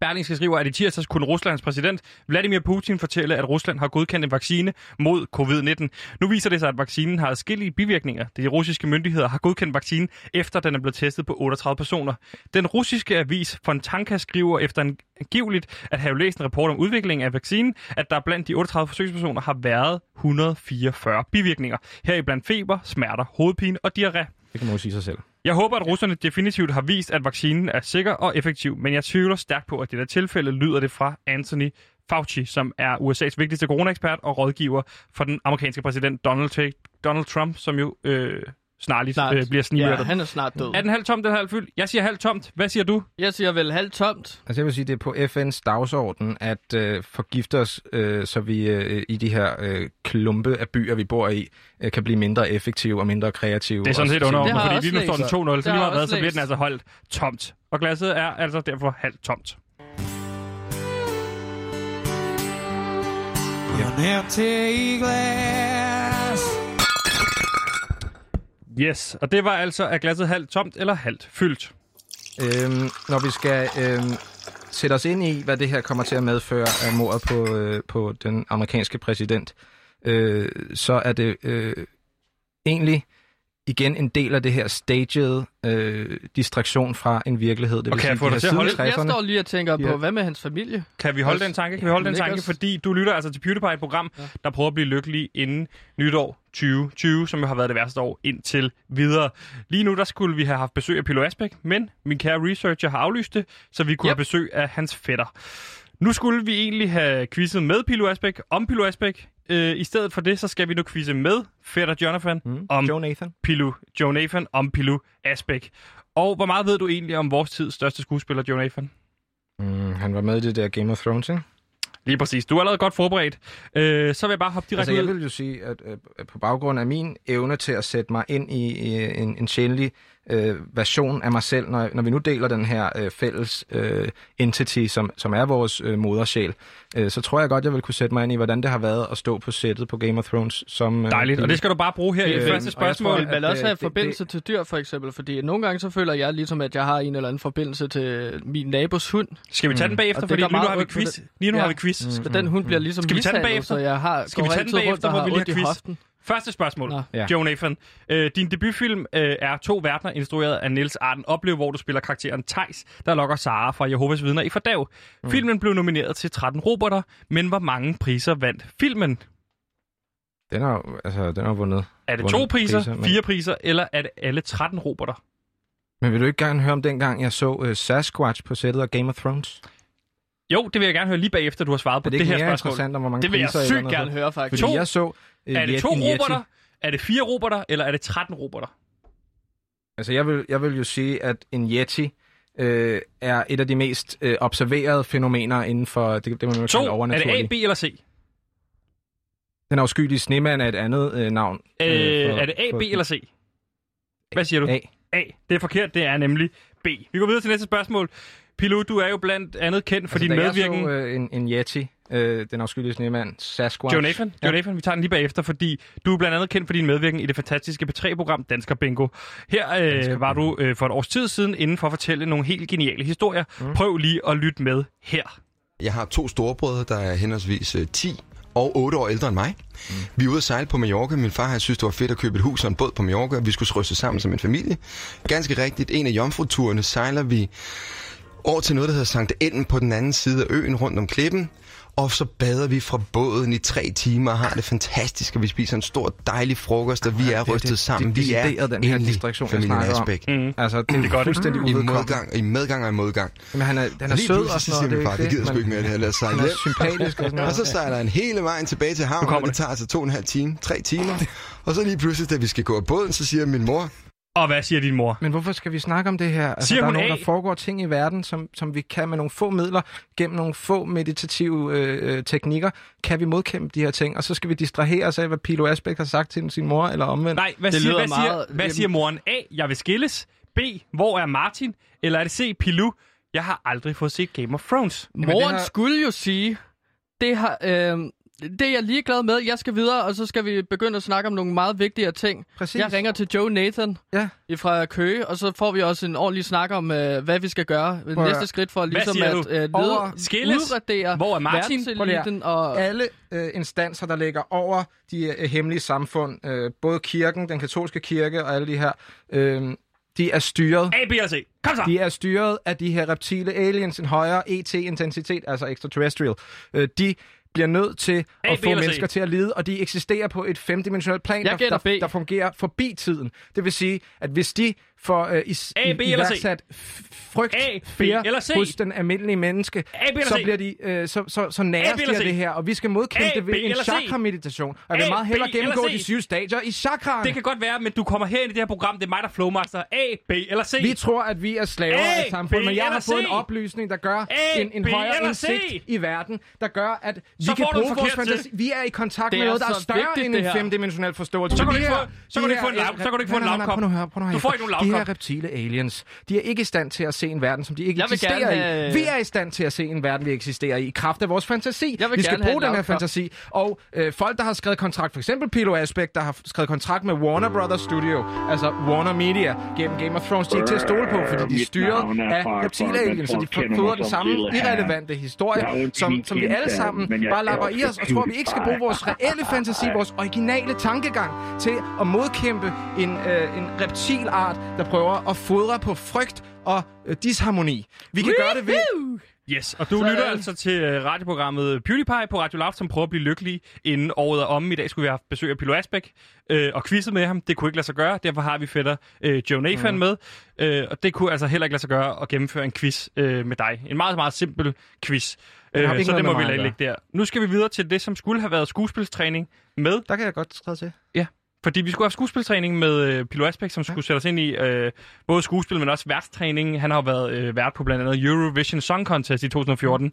Speaker 3: Berlingske skriver, at i tirsdags kunne Ruslands præsident Vladimir Putin fortælle, at Rusland har godkendt en vaccine mod covid-19. Nu viser det sig, at vaccinen har adskillige bivirkninger. De russiske myndigheder har godkendt vaccinen, efter den er blevet testet på 38 personer. Den russiske avis Fontanka skriver efter en angiveligt at have læst en rapport om udviklingen af vaccinen, at der blandt de 38 forsøgspersoner har været 144 bivirkninger. Heriblandt feber, smerter, hovedpine og diarré.
Speaker 4: Det kan man jo sige sig selv.
Speaker 3: Jeg håber, at russerne definitivt har vist, at vaccinen er sikker og effektiv, men jeg tvivler stærkt på, at det der tilfælde lyder det fra Anthony Fauci, som er USA's vigtigste coronaekspert og rådgiver for den amerikanske præsident Donald, T- Donald Trump, som jo øh, snarligt
Speaker 2: Snart.
Speaker 3: Øh, bliver
Speaker 2: Ja,
Speaker 3: snigmørtet. Ja,
Speaker 2: han er snart død.
Speaker 3: Er den halvt tom, den er halvt fyldt? Jeg siger halvt tomt. Hvad siger du?
Speaker 2: Jeg siger vel halvt tomt.
Speaker 4: Altså jeg vil sige, det er på FN's dagsorden at øh, forgifte os, øh, så vi øh, i de her øh, klumpe af byer, vi bor i, øh, kan blive mindre effektive og mindre kreative.
Speaker 3: Det er sådan
Speaker 4: Også
Speaker 3: set
Speaker 4: til-
Speaker 2: Det
Speaker 3: underordnet,
Speaker 2: har jeg
Speaker 3: fordi
Speaker 2: også
Speaker 3: lige nu står den 2-0,
Speaker 2: læst.
Speaker 3: så
Speaker 2: Det
Speaker 3: lige
Speaker 2: har
Speaker 3: meget
Speaker 2: jeg
Speaker 3: hvad,
Speaker 2: også
Speaker 3: så bliver den
Speaker 2: læst.
Speaker 3: altså holdt tomt. Og glasset er altså derfor halvt tomt. Yes, og det var altså, er glasset halvt tomt eller halvt fyldt?
Speaker 4: Øhm, når vi skal øhm, sætte os ind i, hvad det her kommer til at medføre af mordet på, øh, på den amerikanske præsident, øh, så er det øh, egentlig igen en del af det her staged øh, distraktion fra en virkelighed. Det
Speaker 3: Og kan jeg få
Speaker 4: de
Speaker 3: dig
Speaker 4: har
Speaker 3: til at
Speaker 4: siden
Speaker 3: holde-
Speaker 2: Jeg
Speaker 4: 60'erne
Speaker 2: står lige og tænker
Speaker 4: Ja.
Speaker 2: på, hvad med hans familie?
Speaker 3: Kan vi holde
Speaker 2: Også-
Speaker 3: den tanke? Kan vi holde den
Speaker 2: Lækkers.
Speaker 3: tanke? Fordi du lytter altså til PewDiePie, et program, der prøver at blive lykkelig inden nytår 2020, som jo har været det værste år indtil videre. Lige nu, der skulle vi have haft besøg af Pilo Asbæk, men min kære researcher har aflyst det, så vi kunne
Speaker 2: Yep.
Speaker 3: have besøg af hans fætter. Nu skulle vi egentlig have quizet med Pilo Asbæk om Pilo Asbæk. Øh, I stedet for det, så skal vi nu quizze med fætter Jonathan mm. om
Speaker 4: Joe Nathan.
Speaker 3: Pilu Joe Nathan om Pilu Asbæk. Og hvor meget ved du egentlig om vores tids største skuespiller, Joe Nathan?
Speaker 4: Mm, han var med i det der Game of Thrones, ikke?
Speaker 3: Lige præcis. Du er allerede godt forberedt. Øh, så vil jeg bare hoppe direkte
Speaker 4: Altså, jeg
Speaker 3: ud.
Speaker 4: vil jo sige, at øh, på baggrund af min evne til at sætte mig ind i, i en, en sjældent øh, version af mig selv, når, når vi nu deler den her øh, fælles øh, entity, som, som er vores øh, modersjæl, øh, så tror jeg godt, jeg vil kunne sætte mig ind i, hvordan det har været at stå på sættet på Game of Thrones. Som, øh,
Speaker 3: Dejligt, og det skal du bare bruge her i
Speaker 2: Det
Speaker 3: det
Speaker 2: er
Speaker 3: første
Speaker 2: fint.
Speaker 4: Og jeg tror,
Speaker 3: spørgsmål.
Speaker 2: Vil
Speaker 4: at,
Speaker 2: man også
Speaker 4: øh,
Speaker 2: have
Speaker 4: det-
Speaker 2: forbindelse til dyr, for eksempel? Fordi nogle gange så føler jeg ligesom, at jeg har en eller anden forbindelse til min nabos hund.
Speaker 3: Skal vi tage den
Speaker 4: Mm.
Speaker 2: Og
Speaker 3: bagefter,
Speaker 2: det
Speaker 3: fordi
Speaker 2: gør
Speaker 3: lige nu
Speaker 2: meget
Speaker 3: har vi
Speaker 2: ondt på
Speaker 3: quiz.
Speaker 2: det.
Speaker 3: Lige nu
Speaker 2: Ja.
Speaker 3: har vi quiz.
Speaker 4: Mhm,
Speaker 2: Så den hund bliver ligesom
Speaker 3: Skal vi tage den
Speaker 2: mishandlet,
Speaker 3: bagefter?
Speaker 2: så jeg har,
Speaker 3: Skal vi
Speaker 2: går
Speaker 3: tage
Speaker 2: altid
Speaker 3: den
Speaker 2: rundt
Speaker 3: bagefter,
Speaker 2: og
Speaker 3: hvor
Speaker 2: har
Speaker 3: vi lige
Speaker 2: ondt i
Speaker 3: har quiz?
Speaker 2: hoften.
Speaker 3: Første spørgsmål,
Speaker 2: Nå.
Speaker 4: Ja.
Speaker 3: Joe Nathan. Øh, din debutfilm øh, er To Verdener, instrueret af Niels Arden Oplev, hvor du spiller karakteren Tejs, der lokker Sara fra Jehovas Vidner i fordav.
Speaker 4: Mm.
Speaker 3: Filmen blev nomineret til 13 robotter, men hvor mange priser vandt filmen?
Speaker 4: Den har jo altså, den har jo vundet.
Speaker 3: Er det
Speaker 4: Vundet
Speaker 3: to priser,
Speaker 4: priser, men-
Speaker 3: fire priser, eller er det alle 13 robotter?
Speaker 4: Men vil du ikke gerne høre om dengang, jeg så øh, Sasquatch på sættet af Game of Thrones?
Speaker 3: Jo, det vil jeg gerne høre lige bagefter, du har svaret på
Speaker 4: Er det
Speaker 3: det,
Speaker 4: ikke
Speaker 3: her
Speaker 4: mere
Speaker 3: spørgsmål.
Speaker 4: interessant, om hvor mange
Speaker 3: Det vil jeg
Speaker 4: priser
Speaker 3: sygt
Speaker 4: eller noget
Speaker 2: Jeg
Speaker 3: gerne
Speaker 2: kan
Speaker 4: så?
Speaker 2: høre
Speaker 4: Fordi
Speaker 2: faktisk.
Speaker 3: To?
Speaker 4: jeg så... Øh,
Speaker 3: Er det
Speaker 4: Yeti-
Speaker 3: to
Speaker 4: en Yeti.
Speaker 3: robotter? Er det fire robotter, eller er det 13 robotter?
Speaker 4: Altså, jeg vil, jeg vil jo sige, at en yeti øh, er et af de mest øh, observerede fænomener inden for det, det man jo kalder
Speaker 3: To, er det A,
Speaker 4: overnaturligt.
Speaker 3: B eller C? Øh,
Speaker 4: Den afskyelige snemand er et andet øh, navn.
Speaker 3: Øh,
Speaker 4: for-
Speaker 3: er det A,
Speaker 4: for-
Speaker 3: B eller C? Hvad siger du?
Speaker 4: A.
Speaker 3: A. Det er forkert, det er nemlig B. Vi går videre til næste spørgsmål. Pilo, du er jo blandt andet kendt for
Speaker 4: Altså,
Speaker 3: din
Speaker 4: da
Speaker 3: medvirken.
Speaker 4: Jeg så, øh, en, en yeti, øh, den afskyelige snemand, Sasquatch.
Speaker 3: Joe Nathan, Joe Nathan, vi tager den lige bagefter, fordi du er blandt andet kendt for din medvirken i det fantastiske P3-program Dansker Bingo. Her øh, var du øh, for et års tid siden inden for at fortælle nogle helt geniale historier.
Speaker 4: Mm.
Speaker 3: Prøv lige at lytte med her.
Speaker 7: Jeg har to storebrødre, der er henholdsvis øh, 10 og 8 år ældre end mig. Mm. Vi er ude at sejle på Mallorca. Min far han synes, det var fedt at købe et hus og en båd på Mallorca, og vi skulle ryste sammen som en familie. Ganske rigtigt, en af jomfruturene sejler vi over til noget, der hedder Sankt Enden på den anden side af øen rundt om klippen. Og så bader vi fra båden i tre timer og har det fantastisk, og vi spiser en stor dejlig frokost, og vi er
Speaker 4: det-
Speaker 7: rystet
Speaker 4: det-
Speaker 7: sammen.
Speaker 4: det er
Speaker 7: vi er
Speaker 4: decideret den her
Speaker 7: egentlig
Speaker 4: distraktion, jeg
Speaker 7: familien
Speaker 4: snakker om.
Speaker 7: Asbæk.
Speaker 3: Mm.
Speaker 4: Altså, det er, det
Speaker 3: gør
Speaker 4: er
Speaker 3: det.
Speaker 4: fuldstændig
Speaker 7: I
Speaker 4: uvedkommende.
Speaker 7: modgang, i medgang og i modgang.
Speaker 4: Men han er, han er sød
Speaker 7: Lige pludselig
Speaker 4: og
Speaker 7: så
Speaker 4: sådan noget.
Speaker 7: siger min far,
Speaker 4: ikke
Speaker 7: det gider sgu
Speaker 4: men
Speaker 7: ikke mere, det her, lad os sejle
Speaker 4: Han er
Speaker 7: hjem.
Speaker 4: sympatisk og
Speaker 7: [LAUGHS]
Speaker 4: sådan noget.
Speaker 7: Og så sejler han hele vejen tilbage til havnen, og
Speaker 3: kommer
Speaker 7: det tager altså to og en halv time, tre timer. Og så lige pludselig, da vi skal gå af båden, så siger min mor,
Speaker 3: Og hvad siger din mor?
Speaker 4: Men hvorfor skal vi snakke om det her? Altså,
Speaker 3: Siger
Speaker 4: der er
Speaker 3: hun
Speaker 4: nogen,
Speaker 3: A?
Speaker 4: der foregår ting i verden, som, som vi kan med nogle få midler, gennem nogle få meditative øh, øh, teknikker, kan vi modkæmpe de her ting, og så skal vi distrahere os af, hvad Pilo Asbæk har sagt til sin mor, eller omvendt.
Speaker 3: Nej, hvad,
Speaker 2: Det
Speaker 3: siger,
Speaker 2: lyder
Speaker 3: hvad,
Speaker 2: meget-
Speaker 3: siger, hvad siger moren A? Jeg vil skilles. B. Hvor er Martin? Eller er det C. Pilu? Jeg har aldrig fået set Game of Thrones.
Speaker 4: det
Speaker 2: Moren
Speaker 4: har-
Speaker 2: har... skulle jo sige, det har... Øh, det er jeg ligeglad med. Jeg skal videre, og så skal vi begynde at snakke om nogle meget vigtigere ting.
Speaker 4: Præcis.
Speaker 2: Jeg ringer til Joe Nathan
Speaker 4: Ja.
Speaker 2: fra Køge, og så får vi også en ordentlig snak om, øh, hvad vi skal gøre.
Speaker 4: at
Speaker 2: Næste skridt for ligesom
Speaker 3: siger
Speaker 2: at
Speaker 3: du?
Speaker 2: øh, lede,
Speaker 4: Over-
Speaker 3: Skilles?
Speaker 2: udradere
Speaker 3: Hvor er Martin?
Speaker 2: verdenseliten og...
Speaker 4: alle øh, instanser, der ligger over de øh, hemmelige samfund, øh, både kirken, den katolske kirke og alle de her, øh, de er styret.
Speaker 3: A, B og C. Kom så!
Speaker 4: De er styret af de her reptile aliens, en højere ET-intensitet, altså extraterrestrial. Øh, de bliver nødt til
Speaker 3: A,
Speaker 4: at
Speaker 3: B
Speaker 4: få
Speaker 3: eller C?
Speaker 4: mennesker til at lide, og de eksisterer på et femdimensionelt plan,
Speaker 2: Jeg
Speaker 4: der,
Speaker 2: gætter
Speaker 4: der,
Speaker 2: B.
Speaker 4: der fungerer forbi tiden. Det vil sige, at hvis de får øh, is,
Speaker 3: A, B
Speaker 4: i,
Speaker 3: eller C?
Speaker 4: iværksat f- frygt
Speaker 3: A, B
Speaker 4: fear
Speaker 3: eller C?
Speaker 4: hos den almindelige menneske,
Speaker 3: A, B eller
Speaker 4: så,
Speaker 3: C?
Speaker 4: bliver de, øh, så, så, så
Speaker 3: A, B
Speaker 4: næres de
Speaker 3: eller
Speaker 4: af
Speaker 3: C?
Speaker 4: det her, og vi skal modkæmpe
Speaker 3: A,
Speaker 4: det ved
Speaker 3: B
Speaker 4: en
Speaker 3: eller C?
Speaker 4: chakra-meditation. Og jeg vil
Speaker 3: A,
Speaker 4: meget
Speaker 3: B
Speaker 4: hellere
Speaker 3: eller
Speaker 4: gennemgå
Speaker 3: C?
Speaker 4: de syv stadier i chakraen.
Speaker 3: Det kan godt være, men du kommer her ind i det her program. Det er mig, der er flowmaster. A, B eller C.
Speaker 4: Vi tror, at vi er slaver
Speaker 3: A,
Speaker 4: af samfundet,
Speaker 3: B
Speaker 4: men jeg har
Speaker 3: eller
Speaker 4: fået en
Speaker 3: C.
Speaker 4: oplysning, der gør
Speaker 3: A,
Speaker 4: en, en
Speaker 3: B
Speaker 4: højere
Speaker 3: eller
Speaker 4: indsigt
Speaker 3: C.
Speaker 4: i verden, der gør, at vi
Speaker 3: Så
Speaker 4: kan
Speaker 3: får du en
Speaker 4: bruge vores
Speaker 3: forkert til.
Speaker 4: fantasi. Vi er i kontakt
Speaker 2: Det
Speaker 4: med
Speaker 2: er
Speaker 4: noget, der er
Speaker 2: så
Speaker 4: større
Speaker 2: vigtigt,
Speaker 4: end
Speaker 2: det
Speaker 4: en
Speaker 2: her.
Speaker 4: femdimensionel forståelse.
Speaker 3: Så
Speaker 4: De
Speaker 3: kan du ikke
Speaker 4: her-
Speaker 3: få- så kan
Speaker 4: de
Speaker 3: du ikke
Speaker 4: her-
Speaker 3: få en lav- så kan du ikke få en
Speaker 4: Nej, nej, nej,
Speaker 3: lavkop.
Speaker 4: Prøv nu at høre, prøv nu at høre.
Speaker 3: Du får ikke nogen
Speaker 4: De
Speaker 3: lavkop.
Speaker 4: her reptile aliens, de er ikke i stand til at se en verden, som de ikke
Speaker 2: Jeg vil
Speaker 4: eksisterer
Speaker 2: gerne
Speaker 4: i.
Speaker 2: have-
Speaker 4: Vi er i stand til at se en verden, vi eksisterer i, i kraft af vores fantasi.
Speaker 2: Jeg vil
Speaker 4: vi skal
Speaker 2: gerne have
Speaker 4: bruge
Speaker 2: en
Speaker 4: den her
Speaker 2: lavkop.
Speaker 4: fantasi. Og øh, folk, der har skrevet kontrakt, for eksempel Pilo Asbæk, der har skrevet kontrakt med Warner Brothers Studio, altså Warner Media, gennem Game of Thrones, de er ikke til at stole på, fordi de er styret af reptile aliens, så de forkoder den samme irrelevante historie, som, som vi alle sammen bare lapper i os, og tror, at vi ikke skal bruge vores reelle fantasi, vores originale tankegang, til at modkæmpe en, øh, en reptilart, der prøver at fodre på frygt og øh, disharmoni. Vi kan gøre det ved
Speaker 3: Yes, og du så, lytter altså til øh, radioprogrammet PewDiePie på Radio Loud, som prøver at blive lykkelig inden året er omme. I dag skulle vi have haft besøg af Pilo Asbæk øh, og quizet med ham. Det kunne ikke lade sig gøre, derfor har vi fætter øh, Joe Nathan mm. med. Øh, og det kunne altså heller ikke lade sig gøre at gennemføre en quiz øh, med dig. En meget, meget simpel quiz.
Speaker 4: har
Speaker 3: Øh,
Speaker 4: ikke
Speaker 3: så
Speaker 4: noget
Speaker 3: det
Speaker 4: med
Speaker 3: må
Speaker 4: mig
Speaker 3: vi
Speaker 4: at
Speaker 3: lade
Speaker 4: gøre.
Speaker 3: ligge der. Nu skal vi videre til det, som skulle have været skuespilstræning med
Speaker 4: Der kan jeg godt træde til.
Speaker 3: fordi vi skulle have skuespiltræning med øh, Pilo Asbæk, som skulle sætte os ind i øh, både skuespil, men også værtstræning. Han har jo været øh, vært på blandt andet Eurovision Song Contest i 2014.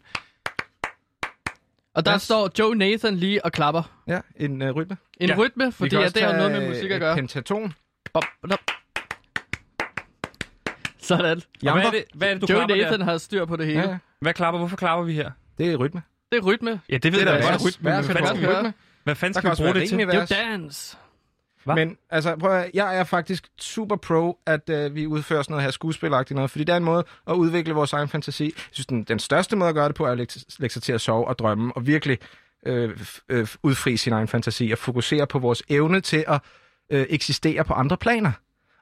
Speaker 2: Og der
Speaker 4: Ja.
Speaker 2: står Joe Nathan lige og klapper.
Speaker 4: Ja, en øh, rytme.
Speaker 2: En
Speaker 3: Ja.
Speaker 2: ja. rytme, fordi ja, det har jo noget med musik at gøre.
Speaker 4: Pentaton.
Speaker 2: Bop, bop. Sådan.
Speaker 3: Og hvad er
Speaker 4: Jamper.
Speaker 3: det, hvad er det du
Speaker 2: Joe
Speaker 3: klapper
Speaker 2: Nathan
Speaker 3: der?
Speaker 2: har styr på det hele.
Speaker 4: Ja,
Speaker 2: Ja.
Speaker 4: ja.
Speaker 3: Hvad klapper? Hvorfor klapper vi her?
Speaker 4: det er rytme.
Speaker 2: Det er rytme.
Speaker 3: Ja, det ved
Speaker 4: Det er
Speaker 3: jeg
Speaker 4: da
Speaker 3: godt.
Speaker 4: vers.
Speaker 3: Hvad,
Speaker 4: Vers kan
Speaker 3: fanden
Speaker 4: godt
Speaker 3: skal vi-
Speaker 4: høre.
Speaker 3: hvad fanden
Speaker 4: Der
Speaker 3: skal
Speaker 4: kan
Speaker 3: vi
Speaker 4: også
Speaker 3: bruge
Speaker 4: være
Speaker 3: det til?
Speaker 4: rimelig
Speaker 2: Det er
Speaker 4: vers.
Speaker 2: jo dans.
Speaker 3: Hva?
Speaker 4: Men altså, prøv at, høre, jeg er faktisk super pro, at øh, vi udfører sådan noget her skuespilagtigt noget, fordi det er en måde at udvikle vores egen fantasi. Jeg synes, den, den største måde at gøre det på, er at lægge, lægge sig til at sove og drømme, og virkelig øh, f- øh, udfri sin egen fantasi, og fokusere på vores evne til at øh, eksistere på andre planer.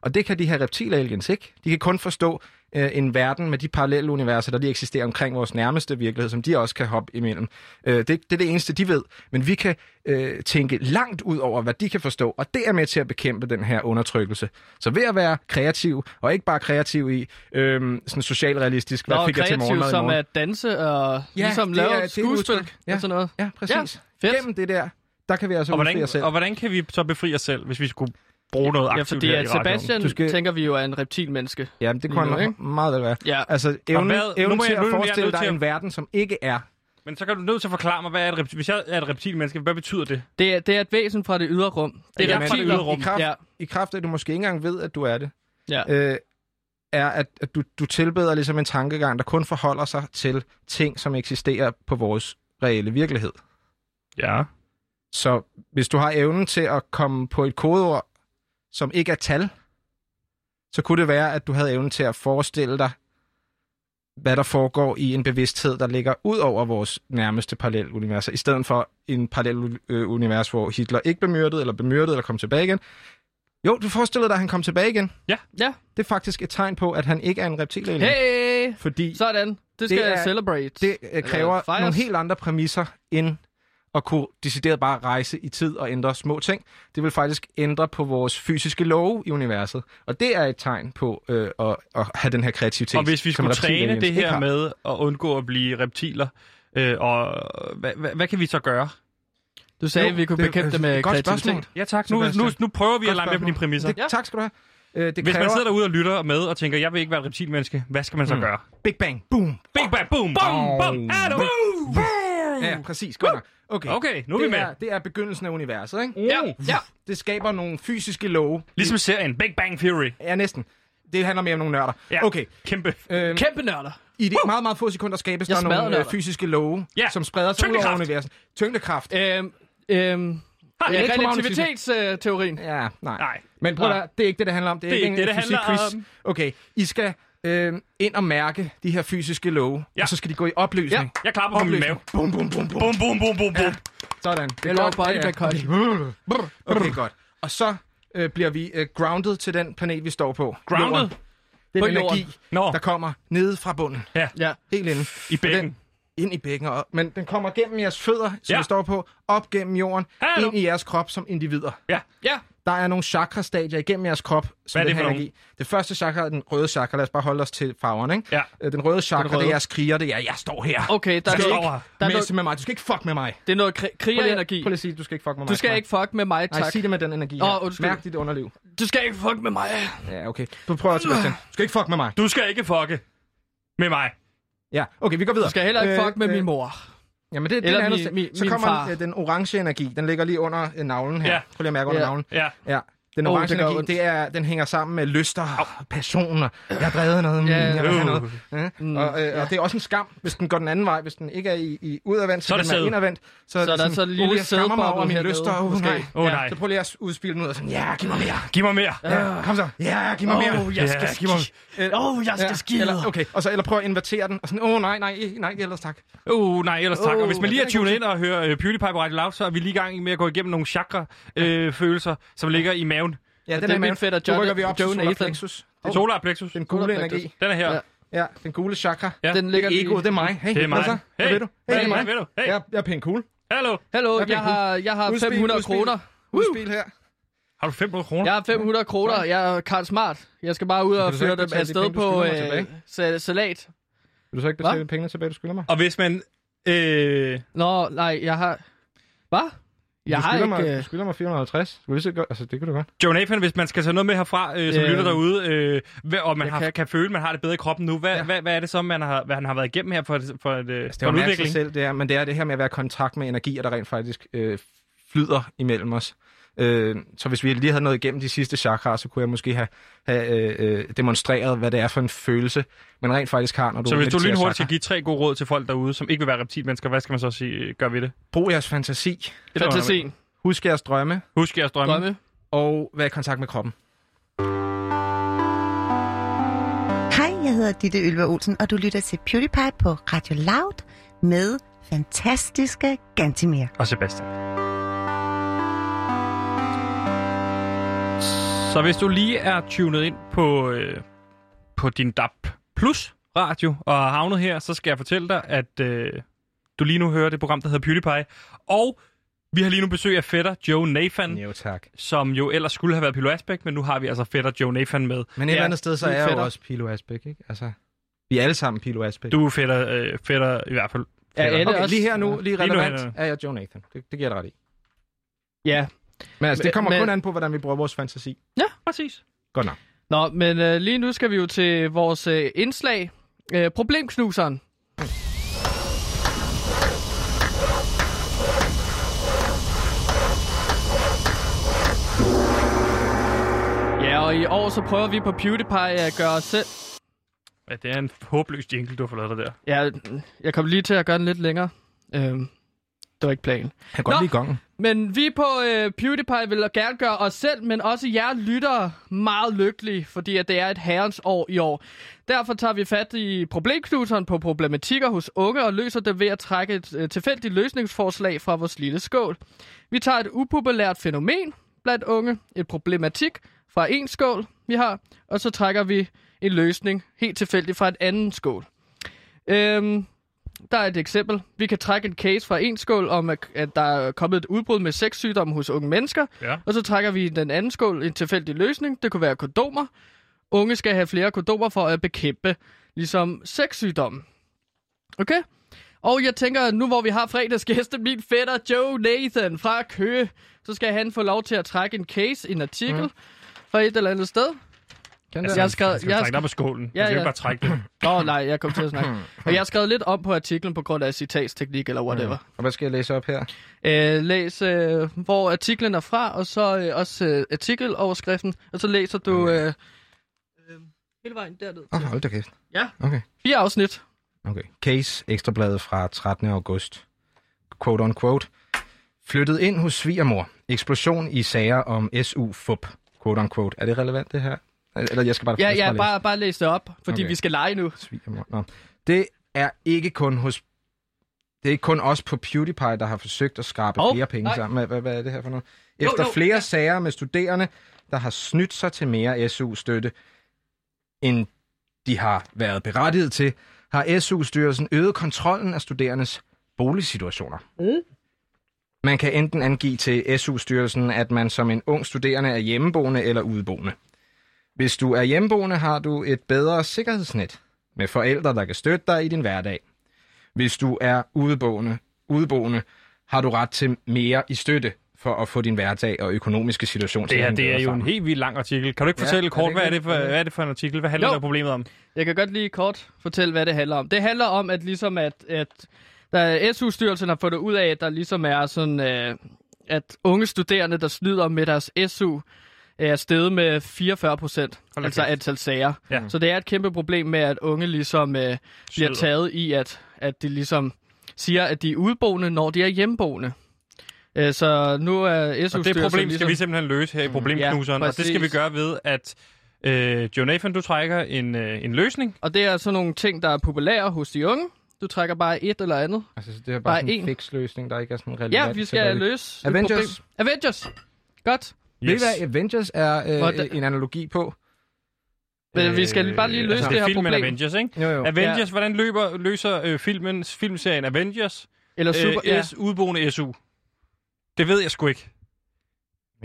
Speaker 4: Og det kan de her reptile aliens ikke. De kan kun forstå øh, en verden med de parallelle universer, der lige eksisterer omkring vores nærmeste virkelighed, som de også kan hoppe imellem. Øh, det, det er det eneste, de ved. Men vi kan øh, tænke langt ud over, hvad de kan forstå, og det er med til at bekæmpe den her undertrykkelse. Så ved at være kreativ, og ikke bare kreativ i øh, sådan socialrealistisk, hvad
Speaker 2: Nå,
Speaker 4: fik jeg til
Speaker 2: kreativ,
Speaker 4: morgenmad i
Speaker 2: som
Speaker 4: morgen?
Speaker 2: at danse og
Speaker 4: Ja,
Speaker 2: ligesom
Speaker 4: det er-
Speaker 2: lave
Speaker 4: det er
Speaker 2: et skuespil
Speaker 4: udtryk. Ja.
Speaker 2: og sådan noget.
Speaker 4: Ja, præcis.
Speaker 2: Ja, fedt.
Speaker 4: Gennem det der, der kan vi altså
Speaker 3: Og
Speaker 4: udfri os
Speaker 3: hvordan,
Speaker 4: selv.
Speaker 3: og hvordan kan vi så befri os selv, hvis vi skulle bruge noget
Speaker 2: Ja,
Speaker 3: aktivt
Speaker 2: fordi
Speaker 3: her i
Speaker 2: at Sebastian,
Speaker 4: Du skal-
Speaker 2: skal... tænker vi jo, er en reptilmenneske.
Speaker 4: Ja, det
Speaker 2: Lige
Speaker 4: kunne
Speaker 2: nu,
Speaker 4: han
Speaker 2: ikke?
Speaker 4: meget vel være.
Speaker 2: Ja.
Speaker 4: Altså, evnen,
Speaker 3: hvad- nu
Speaker 4: evnen
Speaker 3: må
Speaker 4: til
Speaker 3: jeg- nu
Speaker 4: at
Speaker 3: er jeg
Speaker 4: forestille
Speaker 3: nødt
Speaker 4: dig
Speaker 3: til at-
Speaker 4: en verden, som ikke er.
Speaker 3: Men så kan du nødt til at forklare mig, hvad er et reptil... Hvis jeg er et reptilmenneske, hvad betyder det?
Speaker 2: Det er, det er et væsen fra det ydre rum. Det
Speaker 3: Ja,
Speaker 2: er
Speaker 3: men-
Speaker 2: reptiler.
Speaker 3: ydre rum.
Speaker 4: I kraft,
Speaker 2: Ja.
Speaker 4: i kraft af, at du måske ikke engang ved, at du er det,
Speaker 2: Ja.
Speaker 4: øh, er, at, at du, du tilbeder ligesom en tankegang, der kun forholder sig til ting, som eksisterer på vores reelle virkelighed.
Speaker 3: Ja.
Speaker 4: Så hvis du har evnen til at komme på et kodeord, som ikke er tal, så kunne det være, at du havde evnen til at forestille dig, hvad der foregår i en bevidsthed, der ligger ud over vores nærmeste paralleluniverser, i stedet for en parallel øh, univers, hvor Hitler ikke blev myrdet, eller blev myrdet, eller kom tilbage igen. Jo, du forestillede dig, at han kom tilbage igen.
Speaker 3: Ja.
Speaker 2: Ja.
Speaker 4: Det er faktisk et tegn på, at han ikke er en reptil alien.
Speaker 2: Hey!
Speaker 4: Fordi
Speaker 2: Sådan. Det skal det
Speaker 4: er-
Speaker 2: er, celebrate.
Speaker 4: Det øh,
Speaker 2: Eller
Speaker 4: kræver
Speaker 2: fejres.
Speaker 4: nogle helt andre præmisser end at kunne decideret bare rejse i tid og ændre små ting. Det vil faktisk ændre på vores fysiske love i universet. Og det er et tegn på øh, at, at have den her kreativitet.
Speaker 3: Og hvis vi
Speaker 4: som
Speaker 3: skulle
Speaker 4: reptiler
Speaker 3: træne
Speaker 4: egentlig
Speaker 3: det
Speaker 4: ikke
Speaker 3: her
Speaker 4: har.
Speaker 3: med at undgå at blive reptiler, øh, og hvad, hvad, hvad kan vi så gøre?
Speaker 2: Du sagde,
Speaker 4: Jo,
Speaker 2: vi kunne
Speaker 4: det er-
Speaker 2: bekæmpe
Speaker 4: altså,
Speaker 2: det med
Speaker 4: et godt
Speaker 2: kreativitet.
Speaker 4: spørgsmål.
Speaker 3: Ja tak, nu, nu,
Speaker 4: Sebastian.
Speaker 3: nu prøver vi
Speaker 4: Godt
Speaker 3: at lege med på
Speaker 4: spørgsmål.
Speaker 3: dine præmisser.
Speaker 4: Det,
Speaker 2: Ja.
Speaker 4: Tak skal du have. Øh, det
Speaker 3: Hvis man
Speaker 4: kræver
Speaker 3: sidder derude og lytter med og tænker, jeg vil ikke være et reptilmenneske, hvad skal man så
Speaker 4: Mm.
Speaker 3: gøre?
Speaker 4: Big Bang. Boom.
Speaker 3: Big bang, boom, boom, boom, Adam, boom,
Speaker 4: Ja,
Speaker 3: boom.
Speaker 4: præcis. Godt nok. Okay.
Speaker 3: Okay, nu er vi
Speaker 4: Det
Speaker 3: med.
Speaker 4: er, det er begyndelsen af universet, ikke?
Speaker 3: Ja, ja.
Speaker 4: Det skaber nogle fysiske love.
Speaker 3: Ligesom serien Big Bang Theory.
Speaker 4: Ja, næsten. Det handler mere om nogle nørder.
Speaker 3: Ja,
Speaker 4: Okay.
Speaker 3: Kæmpe.
Speaker 4: Øhm,
Speaker 2: Kæmpe nørder.
Speaker 4: I de meget, meget få sekunder skabes
Speaker 2: Jeg
Speaker 4: der nogle
Speaker 2: smadrer
Speaker 4: øh,
Speaker 2: dig.
Speaker 4: fysiske love,
Speaker 3: Ja.
Speaker 4: som spreder sig ud over
Speaker 3: Tyngdekraft.
Speaker 4: universet. Tyngdekraft.
Speaker 2: Øhm, øhm, ja,
Speaker 4: elektromagnetiske-
Speaker 2: relativitetsteorien.
Speaker 4: Ja, nej.
Speaker 3: Nej.
Speaker 4: Men prøv at
Speaker 2: Nej.
Speaker 4: høre, det er ikke det, det handler om. Det er,
Speaker 3: Det er
Speaker 4: ikke,
Speaker 3: ikke
Speaker 4: en
Speaker 3: det, det handler
Speaker 4: fysikquiz. Okay, I skal øh, ind og mærke de her fysiske love,
Speaker 3: Ja.
Speaker 4: og så skal de gå i opløsning.
Speaker 3: Jeg klapper på min mave.
Speaker 4: Bum, bum, bum, bum.
Speaker 3: Bum, bum, bum, bum, bum.
Speaker 4: Sådan. Det
Speaker 2: Jeg laver body
Speaker 4: Ja, ja.
Speaker 2: back
Speaker 4: Okay. okay, godt. Og så øh, bliver vi øh, grounded til den planet, vi står på.
Speaker 3: Grounded?
Speaker 4: Jorden. Den
Speaker 2: På
Speaker 4: energi,
Speaker 2: jorden.
Speaker 3: Nå,
Speaker 4: der kommer nede fra bunden.
Speaker 2: Ja.
Speaker 4: Helt inde.
Speaker 3: i bækken.
Speaker 4: ind i bækken, og, men den kommer gennem jeres fødder, som
Speaker 3: Ja.
Speaker 4: ja. står på, op gennem jorden,
Speaker 3: Hallo.
Speaker 4: ind i jeres krop som individer.
Speaker 3: Ja.
Speaker 2: Ja.
Speaker 4: Der er nogle chakrastadier igennem jeres krop, som
Speaker 3: Hvad er
Speaker 4: den
Speaker 3: det for
Speaker 4: her
Speaker 3: nogle?
Speaker 4: energi. Det første chakra er den røde chakra. Lad os bare holde os til farverne, ikke?
Speaker 3: Ja.
Speaker 4: Øh, Den røde chakra, den
Speaker 2: røde.
Speaker 4: det er jeres kriger. Det er, jeg står her.
Speaker 2: Okay, der er,
Speaker 3: Skal
Speaker 2: noget,
Speaker 3: over.
Speaker 2: der er
Speaker 4: Mæs
Speaker 2: noget,
Speaker 4: med mig. Du skal ikke fuck med mig.
Speaker 2: det er noget kri-
Speaker 4: Prøv lige at-
Speaker 2: krigerenergi.
Speaker 4: Prøv lige at sige, du skal ikke fuck med mig.
Speaker 2: Du skal
Speaker 4: Mark.
Speaker 2: ikke fuck med mig,
Speaker 4: Nej,
Speaker 2: tak.
Speaker 4: sig det med den energi.
Speaker 2: Åh,
Speaker 4: her.
Speaker 2: undskyld.
Speaker 4: Mærk dit underliv.
Speaker 2: Du skal ikke fuck med mig.
Speaker 4: Ja, okay. Du prøver Sebastian. Du skal ikke fuck med mig.
Speaker 3: Du skal ikke fucke med mig.
Speaker 4: Ja, okay, vi går videre. Øh,
Speaker 2: Du skal heller ikke fuck med min mor.
Speaker 4: Jamen, det, det
Speaker 2: Eller
Speaker 4: er en anden
Speaker 2: min-
Speaker 4: ting.
Speaker 2: min-
Speaker 4: Så
Speaker 2: min
Speaker 4: kommer
Speaker 2: far.
Speaker 4: øh, den orange energi. Den ligger lige under øh, navlen her.
Speaker 3: Ja.
Speaker 4: Prøv lige at mærke under
Speaker 2: Ja.
Speaker 4: navlen.
Speaker 3: Ja.
Speaker 4: Ja. Den
Speaker 2: Åh,
Speaker 4: orange
Speaker 2: det gør
Speaker 4: energi,
Speaker 2: ondt.
Speaker 4: det, er, den hænger sammen med lyster og passioner. Jeg har drevet noget, mm,
Speaker 2: Ja.
Speaker 4: jeg vil have
Speaker 3: Øh.
Speaker 4: noget. Ja. Og, øh, og det er også en skam, hvis den går den anden vej. Hvis den ikke er i, i udadvendt, så,
Speaker 3: Så er
Speaker 4: så
Speaker 3: det
Speaker 4: den er
Speaker 3: sæde.
Speaker 4: indadvendt. Så,
Speaker 2: Så er der så en lille
Speaker 4: oh, jeg skammer mig
Speaker 2: sædeboble
Speaker 4: over mine
Speaker 2: hernede,
Speaker 4: lyster. Oh,
Speaker 2: måske.
Speaker 4: nej.
Speaker 3: Åh,
Speaker 4: Ja,
Speaker 3: nej.
Speaker 4: Så prøver jeg lige at udspille den ud og sådan, ja, giv mig mere.
Speaker 3: Giv mig mere.
Speaker 4: Ja, kom så. Ja, giv mig mere.
Speaker 2: Åh, jeg skal
Speaker 3: Ja, giv mig.
Speaker 2: skide. Åh, jeg skal skide.
Speaker 4: Eller, okay, og så eller prøv at invertere den. Og sådan, åh oh, nej, nej, nej, ellers tak.
Speaker 3: Uh, nej, ellers tak. Og hvis
Speaker 2: Uh,
Speaker 3: man lige
Speaker 4: den
Speaker 3: har
Speaker 4: er
Speaker 3: tunet
Speaker 4: god.
Speaker 3: ind og hører uh, PewDiePie på Radio Loud, så er vi lige i gang med at gå igennem nogle chakra-følelser, øh, som ligger i maven.
Speaker 4: Ja,
Speaker 2: det
Speaker 4: den
Speaker 2: er
Speaker 4: er
Speaker 2: min
Speaker 4: maven.
Speaker 2: fætter
Speaker 4: Nu
Speaker 2: John-
Speaker 4: rykker vi op til
Speaker 2: Joe
Speaker 4: solar
Speaker 2: Nathan.
Speaker 4: plexus. Det er
Speaker 3: Solar plexus.
Speaker 4: Den gule
Speaker 2: Solar plexus.
Speaker 4: energi.
Speaker 3: Den er her.
Speaker 2: Ja.
Speaker 4: Ja, den gule chakra.
Speaker 3: Ja.
Speaker 2: Den ligger
Speaker 4: det er egoet,
Speaker 2: lige...
Speaker 4: det er mig. Hey,
Speaker 3: Det er mig.
Speaker 4: Hvad, så? hvad
Speaker 3: Hey,
Speaker 4: ved du?
Speaker 3: hvad
Speaker 4: det er
Speaker 3: ved
Speaker 4: mig.
Speaker 3: du? Hey.
Speaker 4: Jeg, jeg er pænt cool.
Speaker 3: Hallo.
Speaker 2: Hallo,
Speaker 4: Hvad bliver
Speaker 2: jeg har, jeg har
Speaker 4: Udspil,
Speaker 2: 500
Speaker 4: udspil.
Speaker 2: kroner.
Speaker 4: Udspil her.
Speaker 3: Har du 500 kroner?
Speaker 2: Jeg har 500 kroner. Jeg er Karl Smart. Jeg skal bare ud
Speaker 4: Kan
Speaker 2: og
Speaker 4: du så
Speaker 2: føre
Speaker 4: ikke
Speaker 2: dem
Speaker 4: betale de
Speaker 2: afsted
Speaker 4: penge, du
Speaker 2: på
Speaker 4: skylder mig
Speaker 2: øh,
Speaker 4: tilbage?
Speaker 2: sa- salat.
Speaker 4: Vil du så ikke
Speaker 2: Hva?
Speaker 4: betale pengene tilbage, du skylder mig?
Speaker 3: Og hvis man... Øh,
Speaker 2: Nå, nej, jeg har... Hvad? Jeg
Speaker 4: du
Speaker 2: har
Speaker 4: skylder
Speaker 2: ikke...
Speaker 4: Mig,
Speaker 2: øh,
Speaker 4: du skylder mig 450. Du vidste godt. Altså, det kunne du godt.
Speaker 3: Joe Nathan, hvis man skal tage noget med herfra, øh, som
Speaker 2: Øh,
Speaker 3: lytter derude, øh, hvad- og man
Speaker 2: jeg
Speaker 3: har, kan...
Speaker 2: kan-
Speaker 3: føle, man har det bedre i kroppen nu, hvad, ja. hvad, hvad er det så, man har, hvad han har været igennem her for, et- for, et, øh, for en udvikling?
Speaker 4: selv, Altså, det er, men det er det her med at være i kontakt med energier, der rent faktisk øh, flyder imellem os. Øh, så hvis vi lige havde noget igennem de sidste chakraer, så kunne jeg måske have, have øh, øh, demonstreret, hvad det er for en følelse, man rent faktisk har, når du
Speaker 3: Så hvis du
Speaker 4: mediterer
Speaker 3: lynhurtigt
Speaker 4: chakra.
Speaker 3: skal give tre gode råd til folk derude, som ikke vil være reptilmennesker, hvad skal man så sige, gøre ved det?
Speaker 4: Brug jeres fantasi.
Speaker 3: Det er
Speaker 2: Fantasien.
Speaker 4: Husk jeres drømme.
Speaker 3: Husk jeres drømme.
Speaker 2: Drømme.
Speaker 4: Og vær i kontakt med kroppen.
Speaker 8: Hej, jeg hedder Ditte Ylva Olsen, og du lytter til PewDiePie på Radio Loud med fantastiske Gantimir.
Speaker 3: Og Sebastian. Så hvis du lige er tunet ind på, øh, på din DAB Plus radio og er havnet her, så skal jeg fortælle dig, at øh, du lige nu hører det program, der hedder PewDiePie. Og vi har lige nu besøg af fætter Joe Nathan,
Speaker 4: Jo, tak.
Speaker 3: som jo ellers skulle have været Pilo Asbæk, men nu har vi altså fætter Joe Nathan med.
Speaker 4: Men et
Speaker 2: Ja,
Speaker 4: eller andet sted, så
Speaker 2: vi
Speaker 4: er
Speaker 2: er
Speaker 4: jeg jo
Speaker 2: fætter.
Speaker 4: også Pilo Asbæk, ikke? Altså, vi er alle sammen Pilo Asbæk.
Speaker 3: Du er fætter, øh, fætter i hvert fald.
Speaker 2: Er
Speaker 3: Fætter.
Speaker 2: alle
Speaker 4: okay,
Speaker 2: også?
Speaker 4: lige her nu, lige
Speaker 3: Lige nu er
Speaker 4: relevant,
Speaker 3: det-
Speaker 4: er jeg Joe Nathan. Det, det giver jeg dig ret i.
Speaker 2: Ja.
Speaker 4: Men altså, det kommer
Speaker 2: Men-
Speaker 4: kun an på, hvordan vi bruger vores fantasi.
Speaker 2: Ja,
Speaker 3: præcis.
Speaker 4: Godt nok.
Speaker 2: Nå, men øh, lige nu skal vi jo til vores øh, indslag. Øh, problemknuseren. Ja, og i år så prøver vi på PewDiePie at gøre os selv...
Speaker 3: Ja, det er en håbløs jingle, du har fået lavet dig der.
Speaker 2: Ja, jeg kom lige til at gøre den lidt længere. Øhm, det var ikke planen.
Speaker 4: Han går
Speaker 2: Nå.
Speaker 4: lige i gangen.
Speaker 2: Men vi på øh, PewDiePie vil gerne gøre os selv, men også jer lyttere, meget lykkelige, fordi at det er et herrens år i år. Derfor tager vi fat i problemknuseren på problematikker hos unge og løser det ved at trække et øh, tilfældigt løsningsforslag fra vores lille skål. Vi tager et upopulært fænomen blandt unge, et problematik fra en skål, vi har, og så trækker vi en løsning helt tilfældigt fra et andet skål. Øhm, der er et eksempel. Vi kan trække en case fra en skål om, at- at der er kommet et udbrud med sexsygdomme hos unge mennesker.
Speaker 3: Ja.
Speaker 2: Og så trækker vi i den anden skål en tilfældig løsning. Det kunne være kondomer. Unge skal have flere kondomer for at bekæmpe ligesom sexsygdomme. Okay? Og jeg tænker, at nu hvor vi har fredagsgæste, min fætter Joe Nathan fra Køge, så skal han få lov til at trække en case, en artikel, mm. fra et eller andet sted.
Speaker 4: Kan
Speaker 2: Altså,
Speaker 4: der?
Speaker 2: jeg skrev,
Speaker 3: Han skal
Speaker 2: jeg
Speaker 3: trække det op af skålen.
Speaker 2: Ja,
Speaker 3: Ja, skal
Speaker 2: ja.
Speaker 3: ja. bare trække det.
Speaker 2: Åh, oh, nej, jeg kom til at
Speaker 3: [LAUGHS]
Speaker 2: snakke. Og jeg har skrevet lidt om på artiklen på grund af citatsteknik eller whatever.
Speaker 4: Og hvad skal jeg læse op her?
Speaker 2: Øh, læs, øh, hvor artiklen er fra, og så øh, også øh, artikeloverskriften, og så læser du øh, øh, hele vejen derned.
Speaker 4: Åh, oh, hold da kæft.
Speaker 2: Ja.
Speaker 4: Okay.
Speaker 2: Fire afsnit.
Speaker 4: Okay. Case, ekstrabladet fra 13. august. Quote on quote. Flyttet ind hos svigermor. Eksplosion i sager om SU-fup. Quote on quote. Er det relevant, det her? Eller jeg skal bare...
Speaker 2: Ja,
Speaker 4: jeg skal
Speaker 2: ja,
Speaker 4: læse.
Speaker 2: bare, bare læs det op, fordi
Speaker 4: Okay.
Speaker 2: vi skal lege nu.
Speaker 4: Svigermor. Nå. Det er ikke kun hos... Det er ikke kun os på PewDiePie, der har forsøgt at skrabe
Speaker 2: Hov,
Speaker 4: oh, flere penge
Speaker 2: nej.
Speaker 4: nej. sammen. Hvad, hvad, hvad er det her for noget? Efter
Speaker 2: jo,
Speaker 4: flere sager med studerende, der har snydt sig til mere SU-støtte, end de har været berettiget til, har SU-styrelsen øget kontrollen af studerendes boligsituationer. Mm. Man kan enten angive til SU-styrelsen, at man som en ung studerende er hjemmeboende eller udeboende. Hvis du er hjemmeboende, har du et bedre sikkerhedsnet med forældre, der kan støtte dig i din hverdag. Hvis du er udeboende, udeboende har du ret til mere i støtte for at få din hverdag og økonomiske situation til
Speaker 3: Det
Speaker 4: at
Speaker 3: her,
Speaker 4: hænge
Speaker 3: det er
Speaker 4: bedre
Speaker 3: jo en
Speaker 4: sammen.
Speaker 3: helt vildt lang artikel. Kan du ikke
Speaker 4: Ja,
Speaker 3: fortælle
Speaker 4: er
Speaker 3: kort,
Speaker 4: det
Speaker 3: hvad er
Speaker 4: ikke
Speaker 3: det for,
Speaker 4: det?
Speaker 3: hvad er det for en artikel? Hvad handler
Speaker 2: Jo.
Speaker 3: der problemet om?
Speaker 2: Jeg kan godt lige kort fortælle, hvad det handler om. Det handler om, at ligesom at, at der, SU-styrelsen har fundet ud af, at der ligesom er sådan, øh, at unge studerende, der snyder med deres SU, er steget med 44 procent,
Speaker 3: Hold da
Speaker 2: altså
Speaker 3: kæft.
Speaker 2: antal sager.
Speaker 3: Ja.
Speaker 2: Så det er et kæmpe problem med, at unge ligesom øh, bliver
Speaker 3: Snyder.
Speaker 2: taget i, at, at de ligesom siger, at de er udeboende, når de er hjemmeboende. Øh, så nu er SU-styrelsen
Speaker 3: Og det problem skal
Speaker 2: ligesom...
Speaker 3: vi simpelthen løse her i problemknuseren,
Speaker 2: Ja,
Speaker 3: og det skal vi
Speaker 2: præcis.
Speaker 3: gøre ved, at øh, Jonathan, du trækker en, øh, en løsning.
Speaker 2: Og det er sådan nogle ting, der er populære hos de unge. Du trækker bare et eller andet.
Speaker 4: Altså, det er bare,
Speaker 2: Bare
Speaker 4: bare sådan en
Speaker 2: én.
Speaker 4: fix løsning, der ikke er sådan relevant.
Speaker 2: Ja, vi
Speaker 4: til, hvad
Speaker 2: skal
Speaker 4: det-
Speaker 2: løse et
Speaker 4: Avengers.
Speaker 2: problem. Avengers. Godt.
Speaker 4: Yes. Ved I hvad Avengers er øh,
Speaker 2: Hvordan-
Speaker 4: en analogi på?
Speaker 2: Men vi skal bare lige løse
Speaker 3: altså,
Speaker 2: det her
Speaker 3: filmen
Speaker 2: problem.
Speaker 3: Avengers, ikke?
Speaker 4: Jo, jo.
Speaker 3: Avengers, hvordan løber, løser øh, filmens, filmserien Avengers
Speaker 2: Eller super,
Speaker 3: øh, S, udboende SU? Det ved jeg sgu ikke.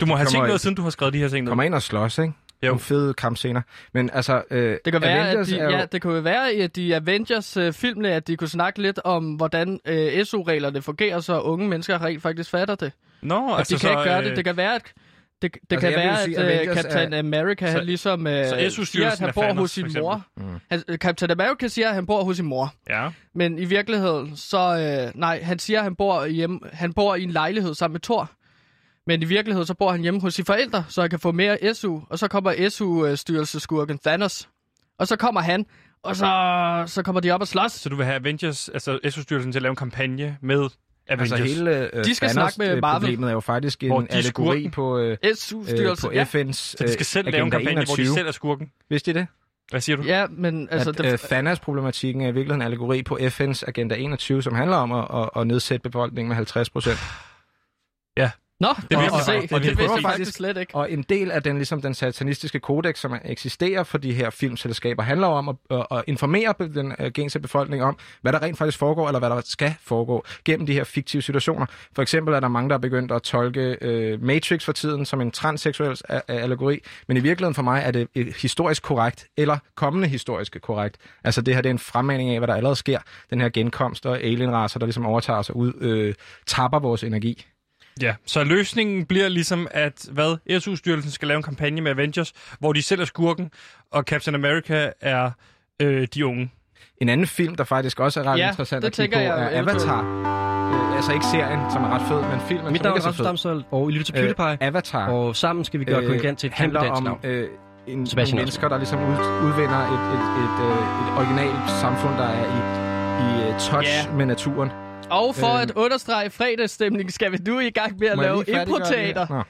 Speaker 3: Du må have
Speaker 4: kommer
Speaker 3: tænkt noget,
Speaker 4: ikke-
Speaker 3: siden du har skrevet de her ting ned.
Speaker 4: Kommer ind og slås, ikke?
Speaker 3: Jo.
Speaker 4: Nogle fede kampscener. Men altså, øh,
Speaker 2: Det kan, være, at
Speaker 4: Avengers
Speaker 2: de,
Speaker 4: er jo...
Speaker 2: ja, det kan jo være, at de Avengers-filmene, at de kunne snakke lidt om, hvordan øh, SU-reglerne fungerer, så unge mennesker rent faktisk fatter det.
Speaker 3: Nå,
Speaker 2: Og altså,
Speaker 3: altså,
Speaker 2: de kan
Speaker 3: så,
Speaker 2: ikke gøre det.
Speaker 3: øh,
Speaker 2: Det kan være, at det, det
Speaker 4: Altså,
Speaker 2: altså, kan
Speaker 4: jeg vil
Speaker 2: være,
Speaker 4: sige,
Speaker 2: at øh,
Speaker 4: Avengers er-
Speaker 2: Captain America han
Speaker 3: Så-
Speaker 2: ligesom øh,
Speaker 3: så
Speaker 2: siger, at
Speaker 3: SU-styrelsen
Speaker 2: han
Speaker 3: er
Speaker 2: bor
Speaker 3: Thanos,
Speaker 2: hos
Speaker 3: for
Speaker 2: sin
Speaker 3: eksempel.
Speaker 2: mor. Mm. Han, øh, Captain America siger, at han bor hos sin mor.
Speaker 3: Ja.
Speaker 2: Men i virkeligheden, så... Øh, nej, han siger, at han bor, hjemme, han bor i en lejlighed sammen med Thor. Men i virkeligheden, så bor han hjemme hos sine forældre, så han kan få mere SU. Og så kommer SU-styrelseskurken Thanos. Og så kommer han, og så, så kommer de op og slås.
Speaker 3: Så du vil have Avengers, altså SU-styrelsen til at lave en kampagne med Avengers?
Speaker 4: Altså hele øh,
Speaker 2: De skal
Speaker 4: Thanos,
Speaker 2: snakke med
Speaker 4: øh,
Speaker 2: Marvel.
Speaker 4: problemet er jo faktisk
Speaker 3: Hvor
Speaker 4: en
Speaker 3: de er
Speaker 4: allegori
Speaker 3: skurken.
Speaker 4: på, øh, øh, på
Speaker 2: SU-styrelsen, ja.
Speaker 4: FN's
Speaker 3: Så de skal selv
Speaker 4: øh,
Speaker 3: lave en
Speaker 4: Agenda
Speaker 3: kampagne,
Speaker 4: 21.
Speaker 3: hvor de selv er skurken.
Speaker 4: Vidste I det?
Speaker 3: Hvad siger du?
Speaker 2: Ja, men altså...
Speaker 4: Altså,
Speaker 2: det-
Speaker 4: at øh, Thanos-problematikken er i virkeligheden en allegori på FN's Agenda 21, som handler om at, at, at nedsætte befolkningen med 50 procent.
Speaker 2: Nå, det
Speaker 3: vil
Speaker 2: vil
Speaker 3: jeg
Speaker 2: jeg
Speaker 3: forstå.
Speaker 2: se.
Speaker 3: Det
Speaker 2: Det,
Speaker 3: vil
Speaker 2: det
Speaker 3: jeg
Speaker 2: vidste jeg
Speaker 4: forstå.
Speaker 2: faktisk slet ikke.
Speaker 4: Og en del af den, ligesom den satanistiske kodex, som eksisterer for de her filmselskaber, handler om at, at, at informere be- den øh, gængse befolkning om, hvad der rent faktisk foregår, eller hvad der skal foregå gennem de her fiktive situationer. For eksempel er der mange, der er begyndt at tolke øh, Matrix for tiden som en transseksuel a- a- allegori, men i virkeligheden for mig er det et historisk korrekt, eller kommende historisk korrekt. Altså det her, det er en fremmaning af, hvad der allerede sker. Den her genkomst og alienraser, der ligesom overtager sig ud, øh, tapper vores energi.
Speaker 3: Ja, så løsningen bliver ligesom, at hvad SU-styrelsen skal lave en kampagne med Avengers, hvor de selv er skurken, og Captain America er øh, de unge.
Speaker 4: En anden film, der faktisk også er ret
Speaker 2: Ja,
Speaker 4: ja, interessant
Speaker 2: det
Speaker 4: at kigge på,
Speaker 2: tænker jeg
Speaker 4: er
Speaker 2: eventuelt.
Speaker 4: Avatar. Øh, altså ikke serien, som er ret fed, men filmen,
Speaker 9: Mit
Speaker 4: som
Speaker 9: navn
Speaker 4: ikke
Speaker 9: er
Speaker 4: er
Speaker 9: Rasmus
Speaker 4: så fed.
Speaker 9: Damsøl, og I lytter til PewDiePie,
Speaker 4: Øh, Avatar
Speaker 9: og sammen skal vi gøre Kongigant til et kæmpe
Speaker 4: handler
Speaker 9: dansk
Speaker 4: om
Speaker 9: navn.
Speaker 4: øh, en, nogle
Speaker 9: Sebastian
Speaker 4: mennesker, der ligesom ud, udvinder et, et, et, øh, et originalt samfund, der er i, i øh, touch
Speaker 2: Ja.
Speaker 4: yeah. med naturen.
Speaker 2: Og for
Speaker 4: Øh,
Speaker 2: at understrege fredagsstemningen, skal vi nu i gang med at
Speaker 4: Må jeg
Speaker 2: lave
Speaker 4: lige færdiggøre det her?
Speaker 2: improtater.
Speaker 4: Nå.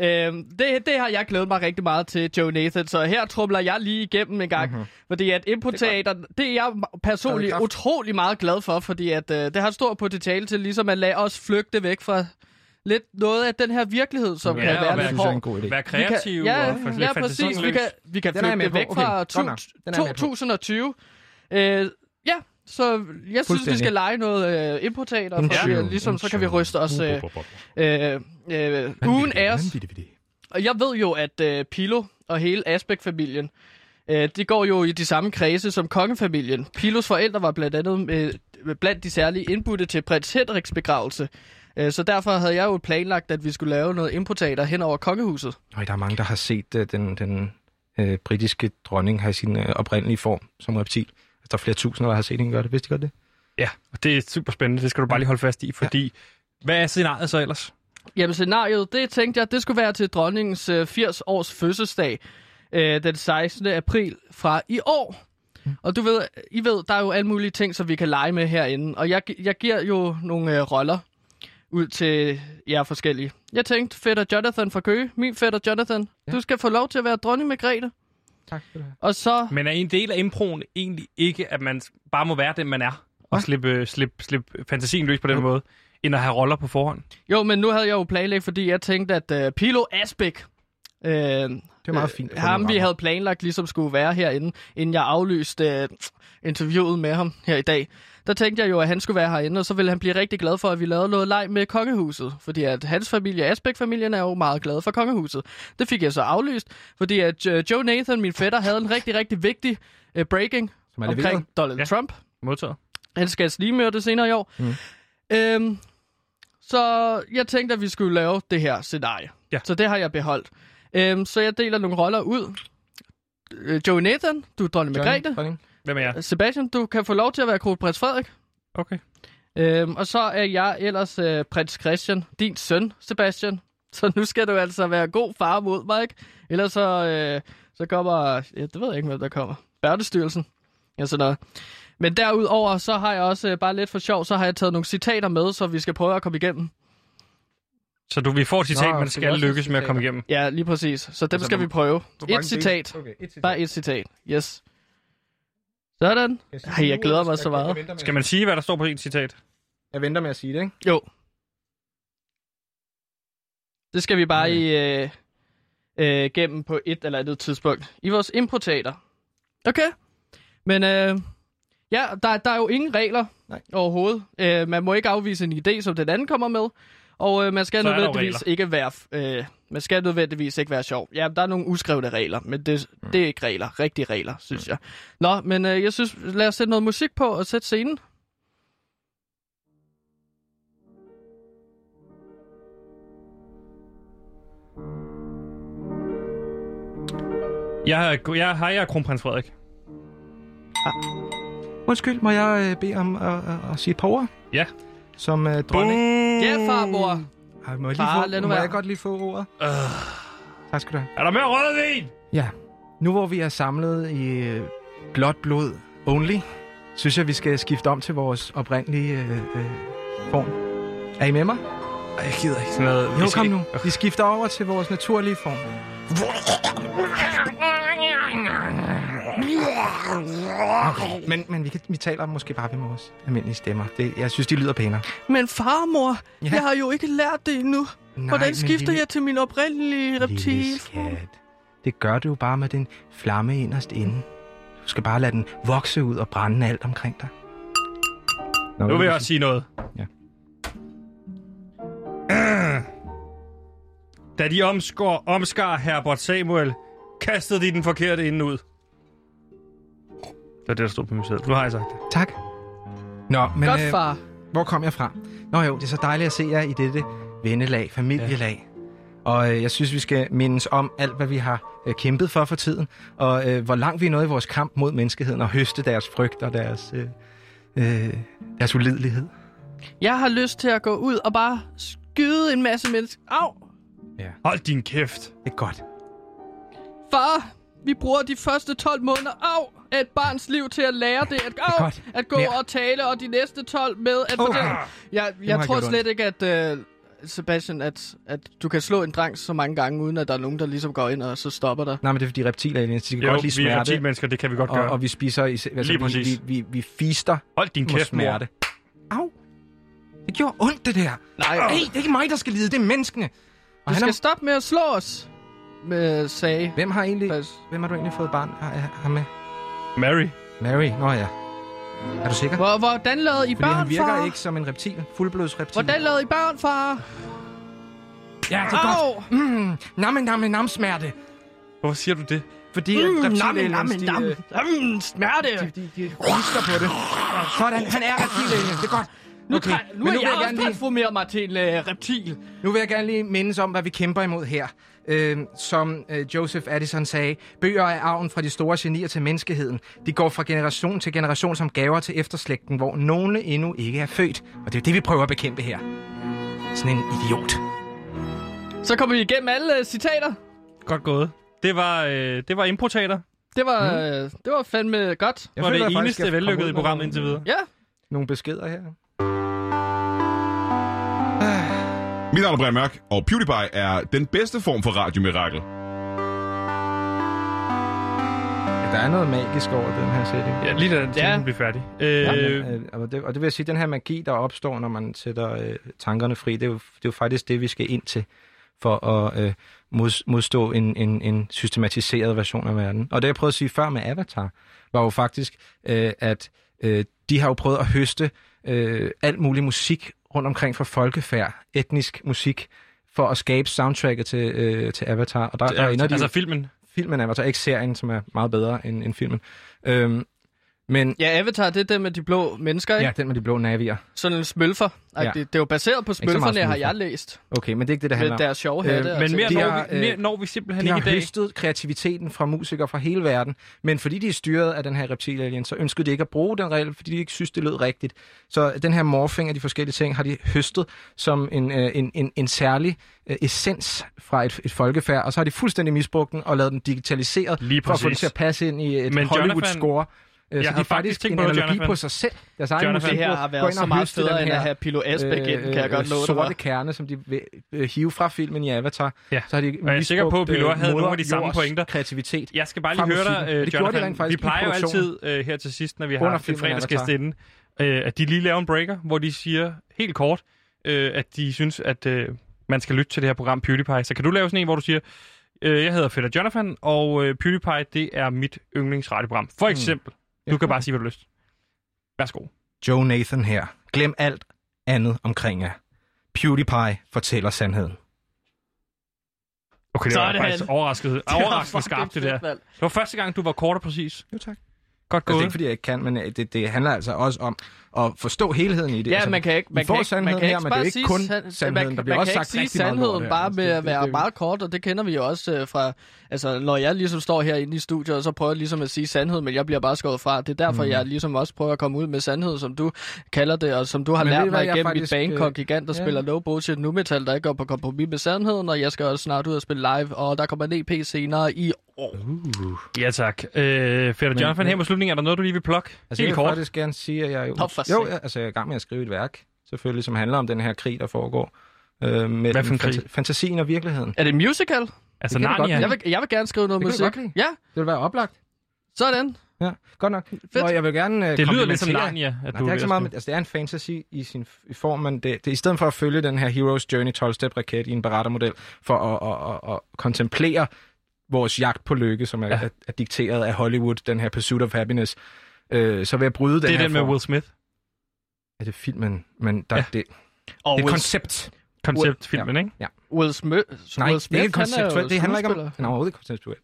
Speaker 2: Øhm, det, det har jeg glædet mig rigtig meget til, Joe Nathan, så her trumler jeg lige igennem en
Speaker 4: Mhm.
Speaker 2: gang. Mm-hmm. Fordi at improteater, det, det er jeg ma-
Speaker 4: Er det
Speaker 2: personligt
Speaker 4: kraft?
Speaker 2: utrolig meget glad for, fordi at, øh, det har stor potentiale til ligesom at lade os flygte væk fra lidt noget af den her virkelighed, som
Speaker 3: Ja,
Speaker 2: kan
Speaker 3: og
Speaker 2: være
Speaker 3: hvad
Speaker 2: lidt
Speaker 4: synes jeg er
Speaker 2: hård.
Speaker 4: en god idé.
Speaker 3: Være
Speaker 2: Vi kan-
Speaker 3: kreative
Speaker 2: ja,
Speaker 3: og lidt
Speaker 2: ja, præcis. Vi kan, vi kan
Speaker 4: Den er jeg
Speaker 2: flygte
Speaker 4: med
Speaker 2: væk
Speaker 4: på.
Speaker 2: fra
Speaker 4: Okay, godt nok.
Speaker 2: tu-
Speaker 4: Den er jeg med på.
Speaker 2: 2020. Øh, ja, så jeg synes, vi
Speaker 4: Fuldstændig.
Speaker 2: skal lege noget øh, importater, for
Speaker 3: Ja.
Speaker 2: ja. ligesom så kan vi ryste os øh, øh, øh, ugen af os. Og jeg ved jo, at øh, Pilo og hele Asbæk-familien, øh, de går jo i de samme kredse som kongefamilien. Pilos forældre var blandt andet øh, blandt de særlige indbudte til prins Henriks begravelse. Øh, så derfor havde jeg jo planlagt, at vi skulle lave noget importater hen over kongehuset.
Speaker 4: Nøj, der er mange, der har set uh, den, den uh, britiske dronning have sin uh, oprindelige form som reptil. Altså, der er flere tusinder, der har set hende gøre det. Vidste de godt det?
Speaker 3: Ja, og det er super spændende. Det skal du bare lige holde fast i, fordi... Hvad er scenariet så ellers?
Speaker 2: Jamen scenariet, det tænkte jeg, det skulle være til dronningens øh, 80 års fødselsdag øh, den 16. april fra i år. Og du ved, I ved, der er jo alle mulige ting, som vi kan lege med herinde. Og jeg, gi- jeg giver jo nogle øh, roller ud til jer forskellige. Jeg tænkte, fætter Jonathan fra Køge, min fætter Jonathan, ja. du skal få lov til at være dronning Margrethe.
Speaker 4: Tak skal du have.
Speaker 2: Og så,
Speaker 3: Men er en del af improen egentlig ikke, at man bare må være den, man er? Og slippe, slippe, slippe fantasien løs på den måde, end at have roller på forhånd?
Speaker 2: jo, men nu havde jeg jo planlagt, fordi jeg tænkte, at øh, Pilo Asbæk, øh,
Speaker 4: Det er meget fint. at få
Speaker 2: ham,
Speaker 4: nogle
Speaker 2: vi
Speaker 4: rammer.
Speaker 2: havde planlagt ligesom skulle være herinde, inden jeg aflyste øh, interviewet med ham her i dag. Der tænkte jeg jo, at han skulle være herinde, og så ville han blive rigtig glad for, at vi lavede noget leg med kongehuset. Fordi at hans familie, Asbæk-familien, er jo meget glad for kongehuset. Det fik jeg så aflyst, fordi at øh, Joe Nathan, min fætter, havde en rigtig, rigtig vigtig øh, breaking
Speaker 4: Som er leveret.
Speaker 2: omkring Donald
Speaker 3: Ja.
Speaker 2: ja. Trump.
Speaker 3: Modtaget.
Speaker 2: Han skal altså sligemyrde senere i år.
Speaker 4: Mm.
Speaker 2: Mm. Øhm, så jeg tænkte, at vi skulle lave det her scenarie.
Speaker 3: Ja.
Speaker 2: Så det har jeg beholdt. Øhm, så jeg deler nogle roller ud. Øh, Joey Nathan, du er dronning
Speaker 4: Johnny,
Speaker 2: Margrethe.
Speaker 4: dronning.
Speaker 3: Hvem er jeg?
Speaker 2: Sebastian, du kan få lov til at være kronprins Frederik.
Speaker 3: Okay.
Speaker 2: Øhm, og så er jeg ellers øh, prins Christian, din søn, Sebastian. Så nu skal du altså være god far mod mig, ikke? Ellers så, øh, så kommer... Ja, det ved jeg ikke, hvem der kommer. Børnestyrelsen. Ja, sådan noget. Men derudover, så har jeg også, øh, bare lidt for sjov, så har jeg taget nogle citater med, så vi skal prøve at komme igennem.
Speaker 3: Så du, vi får et citat,
Speaker 4: Nå,
Speaker 3: man
Speaker 4: det er
Speaker 3: skal
Speaker 4: også
Speaker 3: lykkes med at komme igennem.
Speaker 2: Ja, lige præcis. Så dem altså, skal vi prøve. Et citat.
Speaker 4: Okay, et citat.
Speaker 2: Bare et citat. Yes. Sådan. Ej, jeg glæder mig så meget.
Speaker 3: Skal man sige, hvad der står på en citat?
Speaker 4: Jeg venter med at sige det, ikke?
Speaker 2: Jo. Det skal vi bare i, øh, øh, gennem på et eller andet tidspunkt. I vores importater. Okay. Men øh, ja, der, der er jo ingen regler
Speaker 4: Nej.
Speaker 2: overhovedet. Øh, man må ikke afvise en idé, som den anden kommer med. Og øh, man skal
Speaker 3: Så er der jo
Speaker 2: nødvendigvis
Speaker 3: regler.
Speaker 2: ikke være... f- Øh, man skal nødvendigvis ikke være sjov. Ja, der er nogle uskrevne regler, men det, det er ikke regler. Rigtige regler, synes jeg. Nå, men øh, jeg synes, lad os sætte noget musik på og sætte scenen.
Speaker 3: Jeg, er- jeg, hej, jeg er kronprins Frederik.
Speaker 4: Undskyld, må jeg øh, bede om at, at, at sige et par ord?
Speaker 3: Ja.
Speaker 4: Som øh, dronning.
Speaker 2: Ja, farmor.
Speaker 4: Ej, må jeg,
Speaker 2: Far,
Speaker 4: lige
Speaker 2: lad
Speaker 4: få,
Speaker 2: nu
Speaker 4: må
Speaker 2: være.
Speaker 4: jeg godt lige få ordet? Øh. Tak skal du have.
Speaker 3: Uh. Er der mere rødvin?
Speaker 4: Ja, nu hvor vi er samlet i øh, blåt blod only, synes jeg, vi skal skifte om til vores oprindelige øh, øh, form. Er I med mig?
Speaker 3: Ej, jeg gider ikke sådan noget.
Speaker 4: Jo,
Speaker 3: Vi skal
Speaker 4: kom
Speaker 3: ikke-
Speaker 4: nu. Vi skifter over til vores naturlige form. Okay, men, men vi, kan, vi taler måske bare ved vores almindelige stemmer. Det, jeg synes, de lyder pænere.
Speaker 2: Men farmor,
Speaker 4: Ja.
Speaker 2: ja. jeg har jo ikke lært det endnu. Nej,
Speaker 4: Nej,
Speaker 2: Hvordan
Speaker 4: men
Speaker 2: skifter
Speaker 4: lille-
Speaker 2: jeg til min oprindelige
Speaker 4: Lille
Speaker 2: reptil?
Speaker 4: skat, det gør du jo bare med den flamme inderst inde. Du skal bare lade den vokse ud og brænde alt omkring dig. Nå,
Speaker 3: Nu vil jeg også sige noget.
Speaker 4: Ja.
Speaker 3: [CLEARS THROAT] Da de omskår, omskar Herbert Samuel, kastede de den forkerte inden ud. Det var det, der stod på min sæde. Nu har jeg sagt det.
Speaker 4: Tak. Nå, men øh,
Speaker 2: Godt, far.
Speaker 4: hvor kom jeg fra? Nå jo, det er så dejligt at se jer i dette vennelag, familielag. Og øh, jeg synes, vi skal mindes om alt, hvad vi har øh, kæmpet for for tiden, og øh, hvor langt vi er nået i vores kamp mod menneskeheden og høste deres frygt og deres, øh, øh, deres ulidelighed.
Speaker 2: Jeg har lyst til at gå ud og bare skyde en masse mennesker. Au,
Speaker 3: Hold din kæft.
Speaker 4: Det er godt.
Speaker 2: far. Vi bruger de første 12 måneder au, af et barns liv til at lære det. At,
Speaker 4: er
Speaker 2: au,
Speaker 4: godt.
Speaker 2: at gå
Speaker 4: Mere.
Speaker 2: og tale, og de næste 12 med at
Speaker 4: Åh.
Speaker 2: fortælle. Jeg,
Speaker 4: have
Speaker 2: jeg tror
Speaker 4: gjort
Speaker 2: slet ikke, at... Uh, Sebastian, at, at du kan slå en dreng så mange gange, uden at der er nogen, der ligesom går ind og så stopper dig.
Speaker 4: Nej, men det er fordi reptiler, aliens, de kan
Speaker 3: Jo,
Speaker 4: godt lide
Speaker 3: vi er
Speaker 4: smerte.
Speaker 3: reptilmennesker, det kan vi godt
Speaker 4: og,
Speaker 3: gøre.
Speaker 4: og vi spiser, i, altså,
Speaker 3: Lige
Speaker 4: vi,
Speaker 3: præcis.
Speaker 4: vi, vi, vi fister
Speaker 3: Hold din
Speaker 4: mod
Speaker 3: kæft, mor.
Speaker 4: smerte. Au! Det gjorde ondt, det der.
Speaker 2: Nej,
Speaker 4: Ej, det er ikke mig, der skal lide, det er menneskene. Og
Speaker 2: du
Speaker 4: han
Speaker 2: skal
Speaker 4: er,
Speaker 2: stoppe med at slå os, med, sagde
Speaker 4: hvem, har egentlig,
Speaker 2: Pas.
Speaker 4: hvem har du egentlig fået barn af- af ham med?
Speaker 3: Mary.
Speaker 4: Mary, nå ja. Er du sikker?
Speaker 2: Hvor, hvordan lavede I
Speaker 4: Fordi han
Speaker 2: børn,
Speaker 4: virker
Speaker 2: far?
Speaker 4: ikke som en reptil. Fuldblods reptil.
Speaker 2: Hvordan lavede I børn, far?
Speaker 4: Ja, det er
Speaker 2: Au!
Speaker 4: godt. Mm, namme, namme, nam smerte.
Speaker 3: Hvorfor siger du det?
Speaker 4: Fordi mm,
Speaker 2: Mm, Nam,
Speaker 4: reptilaliens,
Speaker 2: nam,
Speaker 4: de,
Speaker 2: nam.
Speaker 4: øh,
Speaker 2: Mm, smerte!
Speaker 4: de, de husker på det. Sådan, han er reptilalien. Det er godt.
Speaker 2: Nu,
Speaker 4: Okay,
Speaker 2: okay. nu,
Speaker 4: men nu
Speaker 2: er
Speaker 4: vil
Speaker 2: jeg
Speaker 4: jeg
Speaker 2: også
Speaker 4: gerne lige-
Speaker 2: transformeret mig til en øh, reptil.
Speaker 4: Nu vil jeg gerne lige mindes om, hvad vi kæmper imod her. Øh, som øh, Joseph Addison sagde, bøger er arven fra de store genier til menneskeheden. De går fra generation til generation som gaver til efterslægten, hvor nogle endnu ikke er født. Og det er jo det, vi prøver at bekæmpe her. Sådan en idiot.
Speaker 2: Så kommer vi igennem alle øh, citater.
Speaker 3: Godt gået. Det var, øh, det var improtater.
Speaker 2: Det var,
Speaker 4: Mm.
Speaker 2: øh, det var fandme godt.
Speaker 3: Det var det eneste vellykkede i programmet indtil videre.
Speaker 2: Ja,
Speaker 4: Nogle beskeder her.
Speaker 10: Mit navn er Brian Mørk, og PewDiePie er den bedste form for radiomirakel.
Speaker 4: Ja, der er noget magisk over den her sætning.
Speaker 3: Ja, lige da den
Speaker 2: Ja.
Speaker 3: ja. blev færdig. Øh,
Speaker 4: Øh, øh, og, det, og det vil jeg sige, at den her magi, der opstår, når man sætter øh, tankerne fri, det er, jo, det er jo faktisk det, vi skal ind til for at øh, mod, modstå en, en, en systematiseret version af verden. Og det, jeg prøvede at sige før med Avatar, var jo faktisk, øh, at øh, de har jo prøvet at høste øh, alt mulig musik rundt omkring fra folkefærd, etnisk musik, for at skabe soundtracket til, øh, til Avatar. Og der, der ender de
Speaker 3: altså filmen.
Speaker 4: filmen Avatar, ikke serien, som er meget bedre end, end filmen. Øhm, men
Speaker 2: ja Avatar, det er det med de blå mennesker, ikke?
Speaker 4: ja, den med de blå navier.
Speaker 2: Sådan en smølfer. Ja.
Speaker 4: Ja.
Speaker 2: Det, det er jo baseret på
Speaker 4: så meget
Speaker 2: smølferne, har
Speaker 4: smølfer.
Speaker 2: jeg læst.
Speaker 4: Okay, men det er ikke det, det handler
Speaker 2: Med
Speaker 4: om.
Speaker 2: deres sjove
Speaker 4: Øh,
Speaker 2: hatte. og
Speaker 3: Men
Speaker 2: ting.
Speaker 3: mere,
Speaker 4: de
Speaker 3: når,
Speaker 4: har,
Speaker 3: vi, mere
Speaker 4: øh,
Speaker 3: når vi simpelthen
Speaker 4: De har
Speaker 3: ikke i dag.
Speaker 4: høstet kreativiteten fra musikere fra hele verden, men fordi de er styret af den her reptilalien, så ønskede de ikke at bruge den regel, fordi de ikke synes, det lød rigtigt. Så den her morfing af de forskellige ting har de høstet som en, øh, en, en, en særlig øh, essens fra et, et folkefærd, og så har de fuldstændig misbrugt den og lavet den digitaliseret,
Speaker 3: Lige
Speaker 4: for at få den
Speaker 3: præcis.
Speaker 4: til at passe ind i et
Speaker 3: Men
Speaker 4: Hollywood-score. Øh,
Speaker 3: jeg
Speaker 4: Så
Speaker 3: har
Speaker 4: de er
Speaker 3: faktisk
Speaker 4: faktisk
Speaker 3: tænkt
Speaker 4: en
Speaker 3: på det,
Speaker 4: analogi
Speaker 3: Jonathan.
Speaker 4: på sig selv. Deres egen
Speaker 3: Jonathan.
Speaker 4: musik,
Speaker 2: Det her har
Speaker 4: går
Speaker 2: været
Speaker 4: ind
Speaker 2: så
Speaker 4: og
Speaker 2: meget
Speaker 4: høste
Speaker 2: federe,
Speaker 4: den
Speaker 2: end at
Speaker 4: her,
Speaker 2: have Pilo Asbæk ind, kan jeg godt nå dig
Speaker 4: Øh, sorte
Speaker 2: for.
Speaker 4: kerne, som de vil øh, hive fra filmen i Avatar.
Speaker 3: Ja.
Speaker 4: Så har de
Speaker 3: Og jeg er sikker på, at
Speaker 4: misbrugt,
Speaker 3: Pilot
Speaker 4: øh,
Speaker 3: havde nogle af de
Speaker 4: moder
Speaker 3: samme
Speaker 4: jords
Speaker 3: pointer.
Speaker 4: kreativitet.
Speaker 3: Jeg skal bare
Speaker 4: fra
Speaker 3: lige høre dig,
Speaker 4: musikken.
Speaker 3: øh,
Speaker 4: Det gjorde de
Speaker 3: Jonathan.
Speaker 4: rent faktisk
Speaker 3: vi plejer
Speaker 4: i
Speaker 3: jo altid
Speaker 4: produktionen.
Speaker 3: øh, her til sidst, når vi
Speaker 4: Under
Speaker 3: har en
Speaker 4: filmen,
Speaker 3: fredagsgæst
Speaker 4: Avatar.
Speaker 3: inden, øh, at de lige laver en breaker, hvor de siger helt kort, øh, at de synes, at øh, man skal lytte til det her program PewDiePie. Så kan du lave sådan en, hvor du siger, øh, jeg hedder Fætter Jonathan, og øh, PewDiePie, det er mit yndlingsradioprogram. For eksempel. Mm. Du kan bare sige, hvad du har lyst. Værsgo.
Speaker 4: Joe Nathan her. Glem alt andet omkring jer. PewDiePie fortæller sandheden. Altså,
Speaker 3: Okay, det var
Speaker 2: Sådan.
Speaker 3: faktisk overrasket, overraskende skarpt, det der.
Speaker 2: fucking fedt,
Speaker 3: Det var første gang, du var kort og præcis.
Speaker 4: Jo tak.
Speaker 3: Godt
Speaker 4: Altså, det er
Speaker 3: gået.
Speaker 4: ikke, fordi jeg ikke kan, men øh, det, det handler altså også om at forstå helheden i det.
Speaker 2: mand. Ja,
Speaker 4: altså,
Speaker 2: man kan ikke,
Speaker 4: vi
Speaker 2: man
Speaker 4: får
Speaker 2: kan ikke, man
Speaker 4: sandheden
Speaker 2: kan
Speaker 4: her,
Speaker 2: ikke
Speaker 4: men det er
Speaker 2: bare
Speaker 4: ikke
Speaker 2: sige
Speaker 4: kun
Speaker 2: san-
Speaker 4: sandheden.
Speaker 2: man,
Speaker 4: Der bliver
Speaker 2: man
Speaker 4: også
Speaker 2: kan
Speaker 4: sagt
Speaker 2: ikke
Speaker 4: rigtig
Speaker 2: sige
Speaker 4: meget lort
Speaker 2: sandheden
Speaker 4: her.
Speaker 2: bare
Speaker 4: Altså,
Speaker 2: med
Speaker 4: det-
Speaker 2: at
Speaker 4: det-
Speaker 2: være
Speaker 4: det-
Speaker 2: meget kort, og det kender vi jo også øh, fra... Altså, når jeg ligesom står herinde i studiet, og så prøver jeg ligesom at sige sandhed, men jeg bliver bare skåret fra. Det er derfor,
Speaker 4: Mhm.
Speaker 2: jeg ligesom også prøver at komme ud med sandhed, som du kalder det, og som du har
Speaker 4: Men ved
Speaker 2: lært
Speaker 4: I hvad,
Speaker 2: mig
Speaker 4: jeg
Speaker 2: igennem
Speaker 4: faktisk,
Speaker 2: mit Bangkok
Speaker 4: øh,
Speaker 2: gigant, der
Speaker 4: ja.
Speaker 2: spiller low bullshit nu metal, der ikke går på kompromis med sandheden, og jeg skal også snart ud og spille live, og der kommer en EP senere i år.
Speaker 3: Ja, tak. Øh, Fætter Jonathan, her
Speaker 4: men-
Speaker 3: mod slutningen, er der noget, du lige vil plukke?
Speaker 4: Altså,
Speaker 3: Helt
Speaker 4: jeg vil
Speaker 3: kort.
Speaker 4: faktisk gerne sige, at jeg er jo,
Speaker 2: Nå, for
Speaker 4: jo
Speaker 2: satan.
Speaker 4: jeg, altså, jeg er i gang med at skrive et værk, selvfølgelig, som handler om den her krig, der foregår. Øh, med
Speaker 3: Hvad for en
Speaker 4: fanta-
Speaker 3: krig?
Speaker 4: Fantasien og virkeligheden.
Speaker 2: Er det musical? Ja.
Speaker 3: Altså,
Speaker 4: det kan jeg godt
Speaker 3: Narnia.
Speaker 4: lide.
Speaker 2: Jeg, vil, jeg vil gerne skrive noget
Speaker 4: Det kan
Speaker 2: musik.
Speaker 4: du godt lide.
Speaker 2: Ja,
Speaker 4: Det vil være oplagt.
Speaker 2: sådan.
Speaker 4: Ja, godt nok.
Speaker 2: Fedt.
Speaker 4: Fedt. Og jeg vil gerne øh,
Speaker 3: Det lyder lidt som
Speaker 4: komplimentere-
Speaker 3: Narnia, at
Speaker 4: Nej,
Speaker 3: du
Speaker 4: det er ikke så meget,
Speaker 3: ved
Speaker 4: med, altså det er en fantasy i sin f- i form, men det, det, i stedet for at følge den her Hero's Journey 12-step raket i en berettermodel, for at, at, at, at kontemplere vores jagt på lykke, som er, ja. er, er dikteret af Hollywood, den her Pursuit of Happiness, øh, så vil jeg bryde den
Speaker 3: Det er
Speaker 4: her
Speaker 3: den med
Speaker 4: form.
Speaker 3: Will Smith.
Speaker 4: Ja, det er filmen, men der,
Speaker 3: Ja.
Speaker 4: ja. det, det
Speaker 2: Og
Speaker 4: er et
Speaker 2: Will-
Speaker 4: koncept.
Speaker 3: Konceptfilmen, ikke?
Speaker 2: Will Smith.
Speaker 4: Nej,
Speaker 2: Will
Speaker 4: det er
Speaker 2: Smith,
Speaker 4: ikke et koncept.
Speaker 2: Han er jo
Speaker 4: Det handler ikke om...
Speaker 2: skuespiller.
Speaker 4: Nej, overhovedet ikke konceptuelt.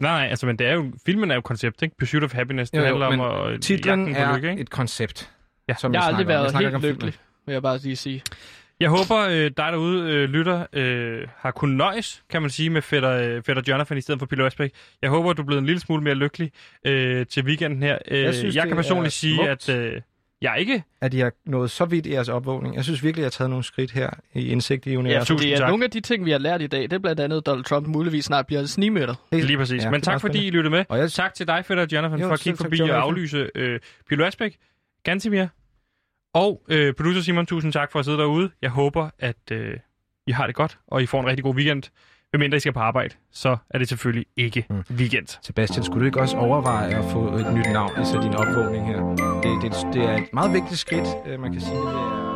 Speaker 3: Nej, nej, altså, men det er jo, filmen er jo et koncept, ikke? Pursuit of Happiness, det
Speaker 4: Jo, jo,
Speaker 3: handler om
Speaker 4: men
Speaker 3: at øh,
Speaker 4: Titlen
Speaker 3: jagten på
Speaker 4: er
Speaker 3: lykke, ikke?
Speaker 4: et koncept.
Speaker 3: Ja.
Speaker 4: som
Speaker 2: Jeg har aldrig
Speaker 4: snakker om.
Speaker 2: været
Speaker 4: snakker ikke
Speaker 2: helt
Speaker 4: om filmen.
Speaker 2: lykkelig, vil jeg bare lige sige.
Speaker 3: Jeg håber, øh, dig derude, øh, lytter, øh, har kunnet nøjes, kan man sige, med fætter, øh, fætter Jonathan i stedet for Pilo Asbæk. Jeg håber, du er blevet en lille smule mere lykkelig øh, til weekenden her. Øh, jeg,
Speaker 4: Jeg synes,
Speaker 3: jeg
Speaker 4: det
Speaker 3: kan
Speaker 4: er
Speaker 3: personligt sige,
Speaker 4: smukt.
Speaker 3: at øh, jeg er ikke...
Speaker 4: at I har nået så vidt i jeres opvågning. Jeg synes virkelig, jeg har taget nogle skridt her i indsigt i
Speaker 2: Ja,
Speaker 4: universet.
Speaker 3: tusind
Speaker 2: fordi at
Speaker 3: tak.
Speaker 2: nogle af de ting, vi har lært i dag, det er blandt andet, at Donald Trump muligvis snart bliver snimøtter.
Speaker 4: Ja,
Speaker 3: Lige præcis. Ja, Men
Speaker 4: det er
Speaker 3: tak,
Speaker 4: også
Speaker 3: fordi I
Speaker 4: spændende.
Speaker 3: lyttede med.
Speaker 4: Og jeg,
Speaker 3: Tak til dig, Fætter Jonathan,
Speaker 4: Jo,
Speaker 3: for at kigge
Speaker 4: selv tak,
Speaker 3: forbi og
Speaker 4: Jonathan.
Speaker 3: aflyse øh, Pilo Asbæk, Gantimir og øh, producer Simon. Tusind tak for at sidde derude. Jeg håber, at øh, I har det godt, og I får en rigtig god weekend. Hvem mindre I skal på arbejde, så er det selvfølgelig ikke
Speaker 4: Mm.
Speaker 3: weekend.
Speaker 4: Sebastian, skulle du ikke også overveje at Altså, få et nyt navn i så din opvågning her? Det, det, det er et meget vigtigt skridt, øh, man kan sige. Det er